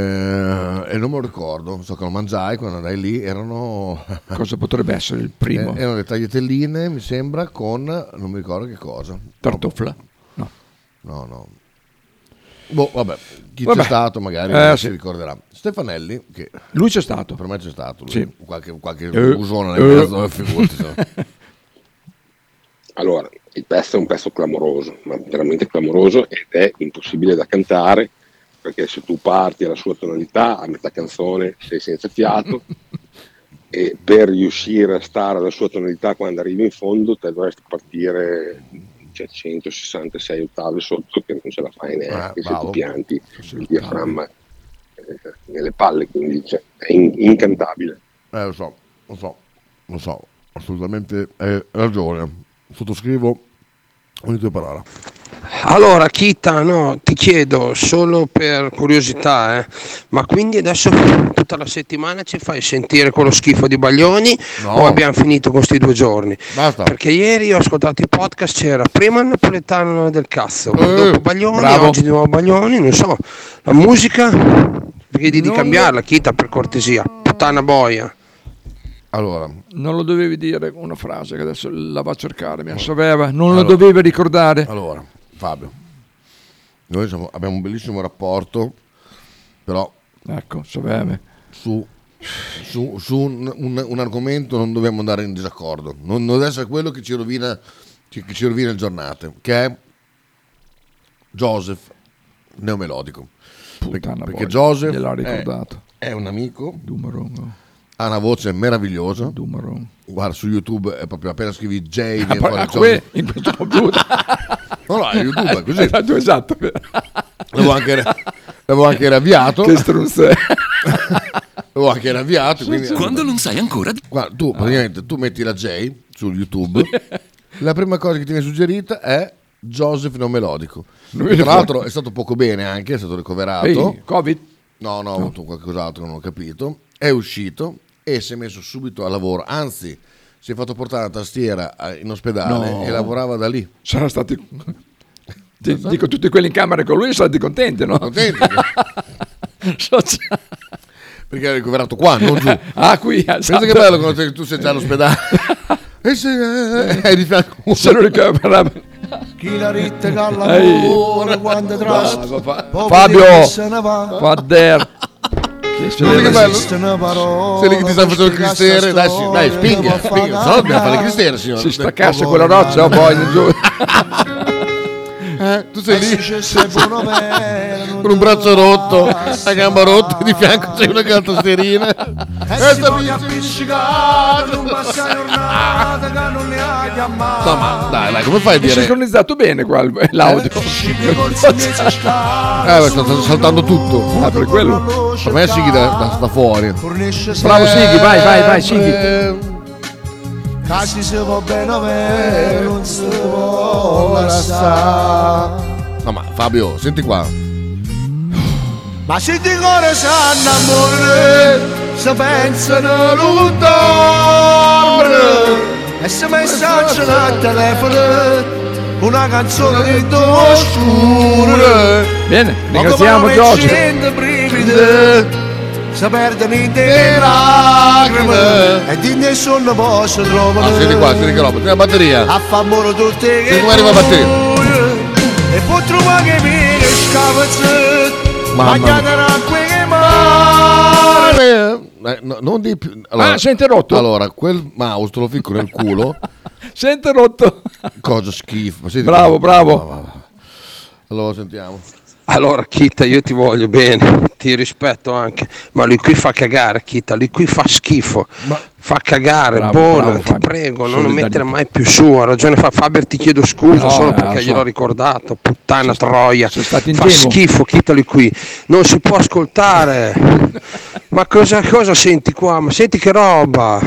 [SPEAKER 1] e non me lo ricordo, so che lo mangiai quando andai lì. Erano,
[SPEAKER 2] Cosa potrebbe essere il primo?
[SPEAKER 1] eh, erano le tagliatelline, mi sembra, con non mi ricordo che cosa.
[SPEAKER 2] Tartufla?
[SPEAKER 1] No, no. Boh, vabbè, chi
[SPEAKER 2] Vabbè.
[SPEAKER 1] c'è stato magari
[SPEAKER 2] Eh,
[SPEAKER 1] si
[SPEAKER 2] sì.
[SPEAKER 1] ricorderà. Stefanelli, che
[SPEAKER 2] Lui c'è stato.
[SPEAKER 1] per me c'è stato, lui.
[SPEAKER 2] Sì.
[SPEAKER 1] qualche, qualche
[SPEAKER 2] Eh,
[SPEAKER 1] usone
[SPEAKER 2] eh.
[SPEAKER 1] nel mezzo, figurati,
[SPEAKER 2] [laughs]
[SPEAKER 1] se
[SPEAKER 21] Allora, il pezzo è un pezzo clamoroso, ma veramente clamoroso ed è impossibile da cantare perché se tu parti alla sua tonalità, a metà canzone sei senza fiato e per riuscire a stare alla sua tonalità quando arrivi in fondo te dovresti partire cioè, 166 ottave sotto che non ce la fai neanche
[SPEAKER 1] Ah,
[SPEAKER 21] se
[SPEAKER 1] bravo.
[SPEAKER 21] tu pianti il diaframma eh, nelle palle, quindi cioè, è in- incantabile.
[SPEAKER 1] no. Eh, lo so, lo so, lo so, assolutamente hai ragione. Sottoscrivo ogni tua parola.
[SPEAKER 13] Allora, Kita, no, ti chiedo solo per curiosità, eh, ma quindi adesso tutta la settimana ci fai sentire quello schifo di Baglioni
[SPEAKER 1] No.
[SPEAKER 13] o abbiamo finito con questi due giorni?
[SPEAKER 1] Basta.
[SPEAKER 13] Perché ieri ho ascoltato i podcast, c'era prima il
[SPEAKER 2] Eh,
[SPEAKER 13] napoletano del cazzo, dopo Baglioni,
[SPEAKER 1] bravo.
[SPEAKER 13] oggi di nuovo Baglioni, non so, la musica Vi chiedi di
[SPEAKER 2] Non-
[SPEAKER 13] cambiarla, Chita, per cortesia. Puttana boia.
[SPEAKER 1] Allora,
[SPEAKER 2] Non lo dovevi dire una frase che adesso la va a cercare,
[SPEAKER 1] Oh.
[SPEAKER 2] mia sapeva, non lo dovevi ricordare.
[SPEAKER 1] Allora, Fabio, noi siamo- abbiamo un bellissimo rapporto, però
[SPEAKER 2] ecco, Soveme.
[SPEAKER 1] su, su- su un, un- un argomento non dobbiamo andare in disaccordo, non, non deve essere quello che ci rovina, che, che ci rovina le giornate, che è Joseph, neomelodico.
[SPEAKER 2] Puttana
[SPEAKER 1] perché
[SPEAKER 2] boia,
[SPEAKER 1] Joseph Eh.
[SPEAKER 2] gliel'ha
[SPEAKER 1] è-
[SPEAKER 2] ricordato.
[SPEAKER 1] È, un amico,
[SPEAKER 2] Dumarongo.
[SPEAKER 1] ha una voce meravigliosa. Guarda, su YouTube è proprio appena scrivi J [laughs] viene fuori
[SPEAKER 2] ah,
[SPEAKER 1] Joseph.
[SPEAKER 2] que- in questo computer.
[SPEAKER 1] No, no, è YouTube, è [laughs] così.
[SPEAKER 2] Hai fatto [laughs] esatto.
[SPEAKER 1] L'avevo anche, l'avevo anche ravviato.
[SPEAKER 2] Che strunze.
[SPEAKER 1] l'avevo anche ravviato.
[SPEAKER 2] Sì,
[SPEAKER 1] Quindi...
[SPEAKER 2] sì. Quando
[SPEAKER 1] non sai ancora. Ah. Guarda, tu praticamente tu metti la J su [laughs] YouTube. la prima cosa che ti viene suggerita è Joseph non melodico.
[SPEAKER 2] Lui
[SPEAKER 1] Tra
[SPEAKER 2] lo-
[SPEAKER 1] l'altro è stato poco bene anche, è stato ricoverato.
[SPEAKER 2] Ehi, Covid?
[SPEAKER 1] No, no, ho avuto qualcos'altro che non ho capito. È uscito e si è messo subito a lavoro. Anzi, si è fatto portare la tastiera a- in ospedale
[SPEAKER 2] No.
[SPEAKER 1] e lavorava da lì. [laughs]
[SPEAKER 2] Saranno stati. Ti- dico tutti quelli in camera con lui sono stati contenti, no?
[SPEAKER 1] Contenti.
[SPEAKER 2] [laughs]
[SPEAKER 1] [laughs]
[SPEAKER 2] So-
[SPEAKER 1] Perché era ricoverato qua, [laughs] non giù.
[SPEAKER 2] Ah, qui,
[SPEAKER 1] Pensa
[SPEAKER 2] esatto.
[SPEAKER 1] che
[SPEAKER 2] [laughs]
[SPEAKER 1] bello quando tu sei già all'ospedale. [laughs] e se, eh, è di fianco.
[SPEAKER 2] Se lo ricoverava.
[SPEAKER 22] Chi la ritte dal
[SPEAKER 2] Ehi.
[SPEAKER 22] lavoro quando
[SPEAKER 2] Bravo, fa-
[SPEAKER 22] trasta
[SPEAKER 2] Fabio!
[SPEAKER 22] se ne va
[SPEAKER 2] Fader! Che
[SPEAKER 22] Non
[SPEAKER 2] bello.
[SPEAKER 22] esiste una parola
[SPEAKER 1] Sei lì che ti sta facendo il cristere, dai, sì, dai, spinga,
[SPEAKER 22] Devo
[SPEAKER 1] spinga.
[SPEAKER 22] fare
[SPEAKER 1] Se no dobbiamo fare
[SPEAKER 22] andare.
[SPEAKER 1] il cristere, signore.
[SPEAKER 2] Si staccasse quella roccia, oh, poi
[SPEAKER 1] [laughs]
[SPEAKER 2] giù.
[SPEAKER 1] Eh, tu sei lì [laughs]
[SPEAKER 22] con
[SPEAKER 1] un braccio rotto, la gamba rotta e di fianco c'è una Eh, cantasterina.
[SPEAKER 22] e si voglia appiccicare non passa giornata che non ne ha
[SPEAKER 1] No,
[SPEAKER 22] chiamata
[SPEAKER 1] ma dai, dai, come fai a
[SPEAKER 2] È
[SPEAKER 1] dire?
[SPEAKER 2] sincronizzato bene qua il- l'audio.
[SPEAKER 1] Eh, beh, sta sta saltando tutto.
[SPEAKER 2] Ah, per quello.
[SPEAKER 1] Per me Sighi da, da- da fuori.
[SPEAKER 2] Bravo Sighi, vai, vai, vai, Sighi.
[SPEAKER 22] casi si va bene bene non si può lasciare
[SPEAKER 1] No, ma Fabio, senti qua.
[SPEAKER 22] ma se ti cuore sanno amore se pensano l'utorre e se messaggio al telefono una canzone di tuo scuro
[SPEAKER 2] Bene,
[SPEAKER 22] Ma
[SPEAKER 2] ringraziamo
[SPEAKER 22] come
[SPEAKER 2] Giorgio.
[SPEAKER 22] accende brividi, Si perdono intere lacrime E di nessuno posso trovare
[SPEAKER 1] Ah, senti qua, senti che roba, senti la batteria.
[SPEAKER 22] A favore tutte che
[SPEAKER 1] come arriva la batteria?
[SPEAKER 22] tu- E può trovare che mi scavazzi
[SPEAKER 1] Mamma mia.
[SPEAKER 22] Bagnata che mare
[SPEAKER 1] Eh, no, non di più. Allora,
[SPEAKER 2] Ah, si è interrotto.
[SPEAKER 1] Allora, quel mouse te lo ficco nel
[SPEAKER 2] [laughs]
[SPEAKER 1] culo.
[SPEAKER 2] Senti [laughs] rotto.
[SPEAKER 1] Cosa schifo. ma senti qua.
[SPEAKER 2] Bravo, bravo.
[SPEAKER 1] Va, va, va. Allora, sentiamo.
[SPEAKER 13] Allora, Chita, io ti voglio bene, ti rispetto anche, ma lui qui fa cagare, Chita, lui qui fa schifo, fa cagare,
[SPEAKER 2] Bravo,
[SPEAKER 13] buono,
[SPEAKER 2] bravo,
[SPEAKER 13] ti
[SPEAKER 2] Fabio.
[SPEAKER 13] prego, non
[SPEAKER 2] Solidarietà.
[SPEAKER 13] mettere mai più su, ha ragione fa- Faber, ti chiedo scusa
[SPEAKER 2] No,
[SPEAKER 13] solo
[SPEAKER 2] eh, lo
[SPEAKER 13] perché
[SPEAKER 2] so.
[SPEAKER 13] gliel'ho ricordato, puttana troia, fa
[SPEAKER 2] ingenuo.
[SPEAKER 13] schifo, Chita, lui qui, non si può ascoltare, ma cosa, cosa senti qua, ma senti che roba,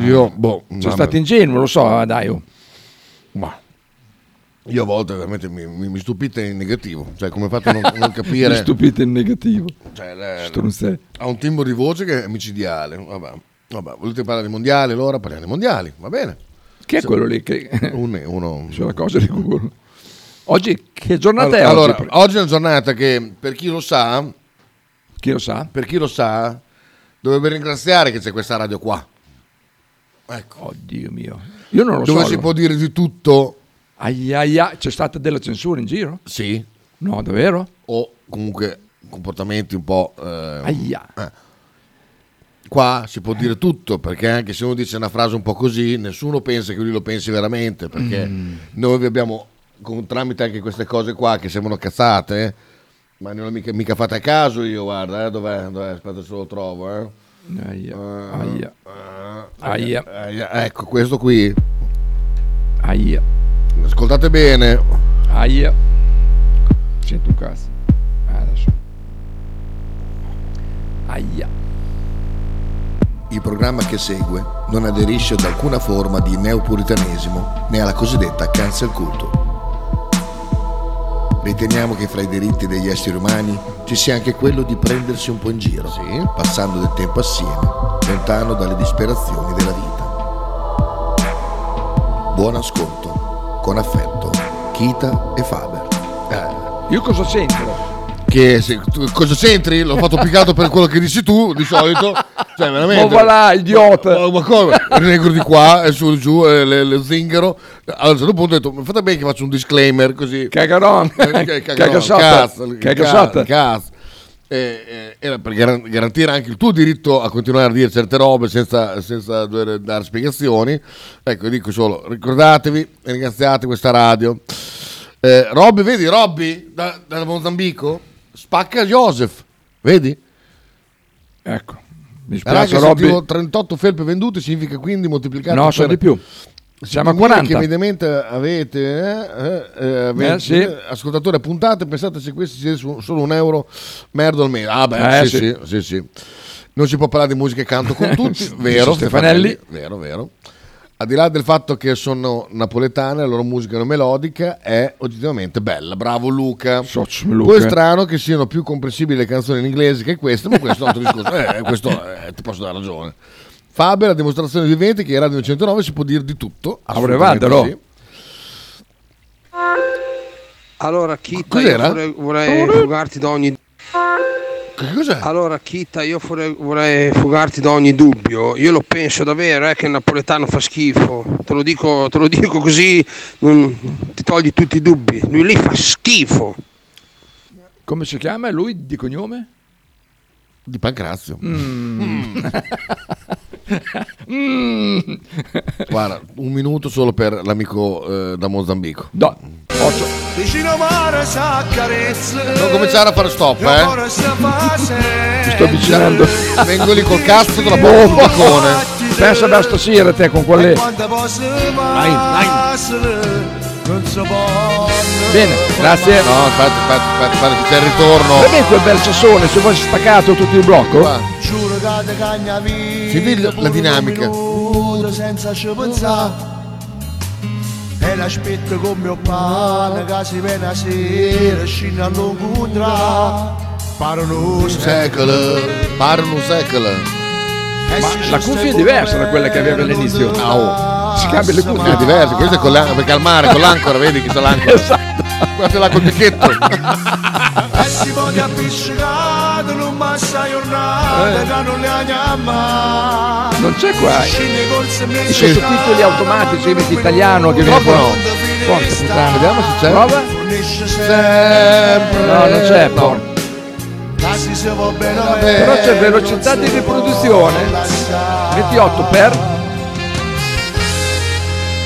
[SPEAKER 1] Io, boh,
[SPEAKER 2] Eh, Sono
[SPEAKER 1] mamma-
[SPEAKER 2] stato ingenuo, lo so, eh, dai. oh.
[SPEAKER 1] ma io a volte veramente mi, mi- mi stupite in negativo. Cioè, come fate a non, non capire.
[SPEAKER 2] [laughs] Mi stupite in negativo.
[SPEAKER 1] Cioè, le-
[SPEAKER 2] Strunze.
[SPEAKER 1] ha un timbro di voce che è micidiale. Vabbè. Vabbè, volete parlare di mondiali? Allora parliamo di mondiali, va bene.
[SPEAKER 2] Che è quello lì che. [laughs]
[SPEAKER 1] Un- uno...
[SPEAKER 2] C'è la cosa di Google. Oggi, che giornata
[SPEAKER 1] Allora,
[SPEAKER 2] è
[SPEAKER 1] allora,
[SPEAKER 2] oggi?
[SPEAKER 1] oggi è una giornata che per chi lo sa,
[SPEAKER 2] Oh, Chi lo sa?
[SPEAKER 1] per chi lo sa, dovrebbe ringraziare che c'è questa radio qua.
[SPEAKER 2] Ecco. Oddio mio. Io non lo
[SPEAKER 1] dove
[SPEAKER 2] so.
[SPEAKER 1] si può dire di tutto.
[SPEAKER 2] Ai, ai, ai, c'è stata della censura in giro?
[SPEAKER 1] Sì.
[SPEAKER 2] No, davvero?
[SPEAKER 1] O comunque comportamenti un po'... eh,
[SPEAKER 2] Aia.
[SPEAKER 1] eh. Qua si può dire tutto, perché anche se uno dice una frase un po' così, nessuno pensa che lui lo pensi veramente, perché
[SPEAKER 2] Mm.
[SPEAKER 1] noi vi abbiamo, con, tramite anche queste cose qua che sembrano cazzate, eh, ma non l'ho mica, mica fatta a caso io, guarda, eh, dov'è, dov'è? aspetta se lo trovo, eh.
[SPEAKER 2] Aia.
[SPEAKER 1] Eh,
[SPEAKER 2] Aia.
[SPEAKER 1] eh,
[SPEAKER 2] Aia.
[SPEAKER 1] aia, Ecco, questo qui.
[SPEAKER 2] Aia.
[SPEAKER 1] Ascoltate bene.
[SPEAKER 2] Aia. Sento un cazzo. Ah, adesso. Aia.
[SPEAKER 1] Il programma che segue non aderisce ad alcuna forma di neopuritanesimo né alla cosiddetta cancel culture. Riteniamo che fra i diritti degli esseri umani ci sia anche quello di prendersi un po' in giro, passando del tempo assieme, lontano dalle disperazioni della vita. Buon ascolto, con affetto, Kita e Faber.
[SPEAKER 2] Io cosa sento?
[SPEAKER 1] Che se- tu- cosa c'entri? L'ho fatto piccato per quello che dici tu di [laughs] solito. Cioè, veramente.
[SPEAKER 2] Ma va là,
[SPEAKER 1] idiota! Ma, ma come? Il negro di qua, e su giù, eh, le, lo zingaro. Allora, a un certo punto ho detto: "Ma Fate bene che faccio un disclaimer così.
[SPEAKER 2] Cagaron. [laughs] Cagasotta.
[SPEAKER 1] Cazzo,
[SPEAKER 2] Cagasotta.
[SPEAKER 1] cazzo, cazzo. Eh, eh, era per gar- garantire anche il tuo diritto a continuare a dire certe robe senza, senza dover dare spiegazioni. Ecco, io dico solo: ricordatevi e ringraziate questa radio. Eh, Robby, vedi Robby da, da Mozambico? Spacca Joseph, vedi?
[SPEAKER 2] Ecco, mi
[SPEAKER 1] Ragazzi,
[SPEAKER 2] spiace Robby.
[SPEAKER 1] sentivo 38 felpe vendute significa quindi moltiplicato
[SPEAKER 2] No,
[SPEAKER 1] per-
[SPEAKER 2] sono di più. Siamo
[SPEAKER 1] 7.000
[SPEAKER 2] a
[SPEAKER 1] Che
[SPEAKER 2] 40.
[SPEAKER 1] mediamente avete, eh, eh, eh, avete,
[SPEAKER 2] Eh, sì.
[SPEAKER 1] ascoltatori a puntate, pensate se questi siete su- solo un euro merda al mese. Ah beh,
[SPEAKER 2] Eh,
[SPEAKER 1] sì,
[SPEAKER 2] sì.
[SPEAKER 1] sì. sì, sì. Non si può parlare di musica e canto
[SPEAKER 2] [laughs]
[SPEAKER 1] con tutti,
[SPEAKER 2] Dice
[SPEAKER 1] vero
[SPEAKER 2] Stefanelli.
[SPEAKER 1] Vero, vero. Al di là del fatto che sono napoletane, la loro musica non melodica è oggettivamente bella. Bravo Luca.
[SPEAKER 2] Luca.
[SPEAKER 1] Poi è strano che siano più comprensibili le canzoni in inglese che queste, ma questo è un altro discorso.
[SPEAKER 2] [laughs]
[SPEAKER 1] Eh, questo eh, ti posso dare ragione. Faber, la dimostrazione vivente che in Radio 109 si può dire di tutto. assolutamente
[SPEAKER 2] Avrevadelo.
[SPEAKER 1] sì.
[SPEAKER 13] Allora, Kita, io
[SPEAKER 1] Cos'era?
[SPEAKER 13] vorrei, vorrei fugarti da ogni.
[SPEAKER 10] Ah.
[SPEAKER 13] Allora, Kita, io vorrei, vorrei fugarti da ogni dubbio. Io lo penso davvero, eh, che il napoletano fa schifo. Te lo dico, te lo dico così non- ti togli tutti i dubbi. Lui lì fa schifo.
[SPEAKER 2] Come si chiama lui di cognome?
[SPEAKER 1] Di Pancrazio.
[SPEAKER 2] Mm.
[SPEAKER 1] [laughs] Guarda, un minuto solo per l'amico eh, da Mozambico.
[SPEAKER 22] Vicino mare s'accarezza
[SPEAKER 1] Non cominciare a fare stop, eh.
[SPEAKER 2] Mi sto avvicinando.
[SPEAKER 1] Vengo lì col cazzo della bocca
[SPEAKER 22] Oh,
[SPEAKER 1] sul balcone.
[SPEAKER 2] Pensa a stasera te con quelle.
[SPEAKER 22] Vai, Non so
[SPEAKER 2] Bene, grazie.
[SPEAKER 1] No, aspetta, aspetta, aspetta, aspetta, che c'è il ritorno.
[SPEAKER 2] Vedi quel bel sassone, se vuoi staccato tutto il blocco?
[SPEAKER 22] Giuro che te cagna via
[SPEAKER 1] Si vede la dinamica.
[SPEAKER 22] minuto senza ci pensare E l'aspetto come mio pane che si viene a sera Scina a lungo tra Parano
[SPEAKER 1] Secolo, parano un secolo.
[SPEAKER 2] Ma la cuffia è diversa da quella che aveva all'inizio. Ah, oh,
[SPEAKER 1] No.
[SPEAKER 2] Si cambia le
[SPEAKER 1] È
[SPEAKER 2] cuffie.
[SPEAKER 1] diverso, questo è con la- perché al mare, con l'ancora, vedi che c'è l'ancora.
[SPEAKER 2] Esatto.
[SPEAKER 1] Guarda là col picchetto.
[SPEAKER 22] E si voglia appiscicare non massa
[SPEAKER 2] Eh.
[SPEAKER 22] giornata Che non le andiamo
[SPEAKER 2] Non c'è qua
[SPEAKER 22] Scende col
[SPEAKER 2] i sottotitoli automatici, metti italiano che
[SPEAKER 1] Troppo
[SPEAKER 2] viene
[SPEAKER 1] no.
[SPEAKER 2] fuori. Porca puttana,
[SPEAKER 1] Vediamo se c'è.
[SPEAKER 2] Prova.
[SPEAKER 22] sempre
[SPEAKER 2] No, non
[SPEAKER 1] Eh,
[SPEAKER 2] c'è, porca.
[SPEAKER 22] Casi se va bene a me
[SPEAKER 2] Però c'è velocità di riproduzione. 28 per.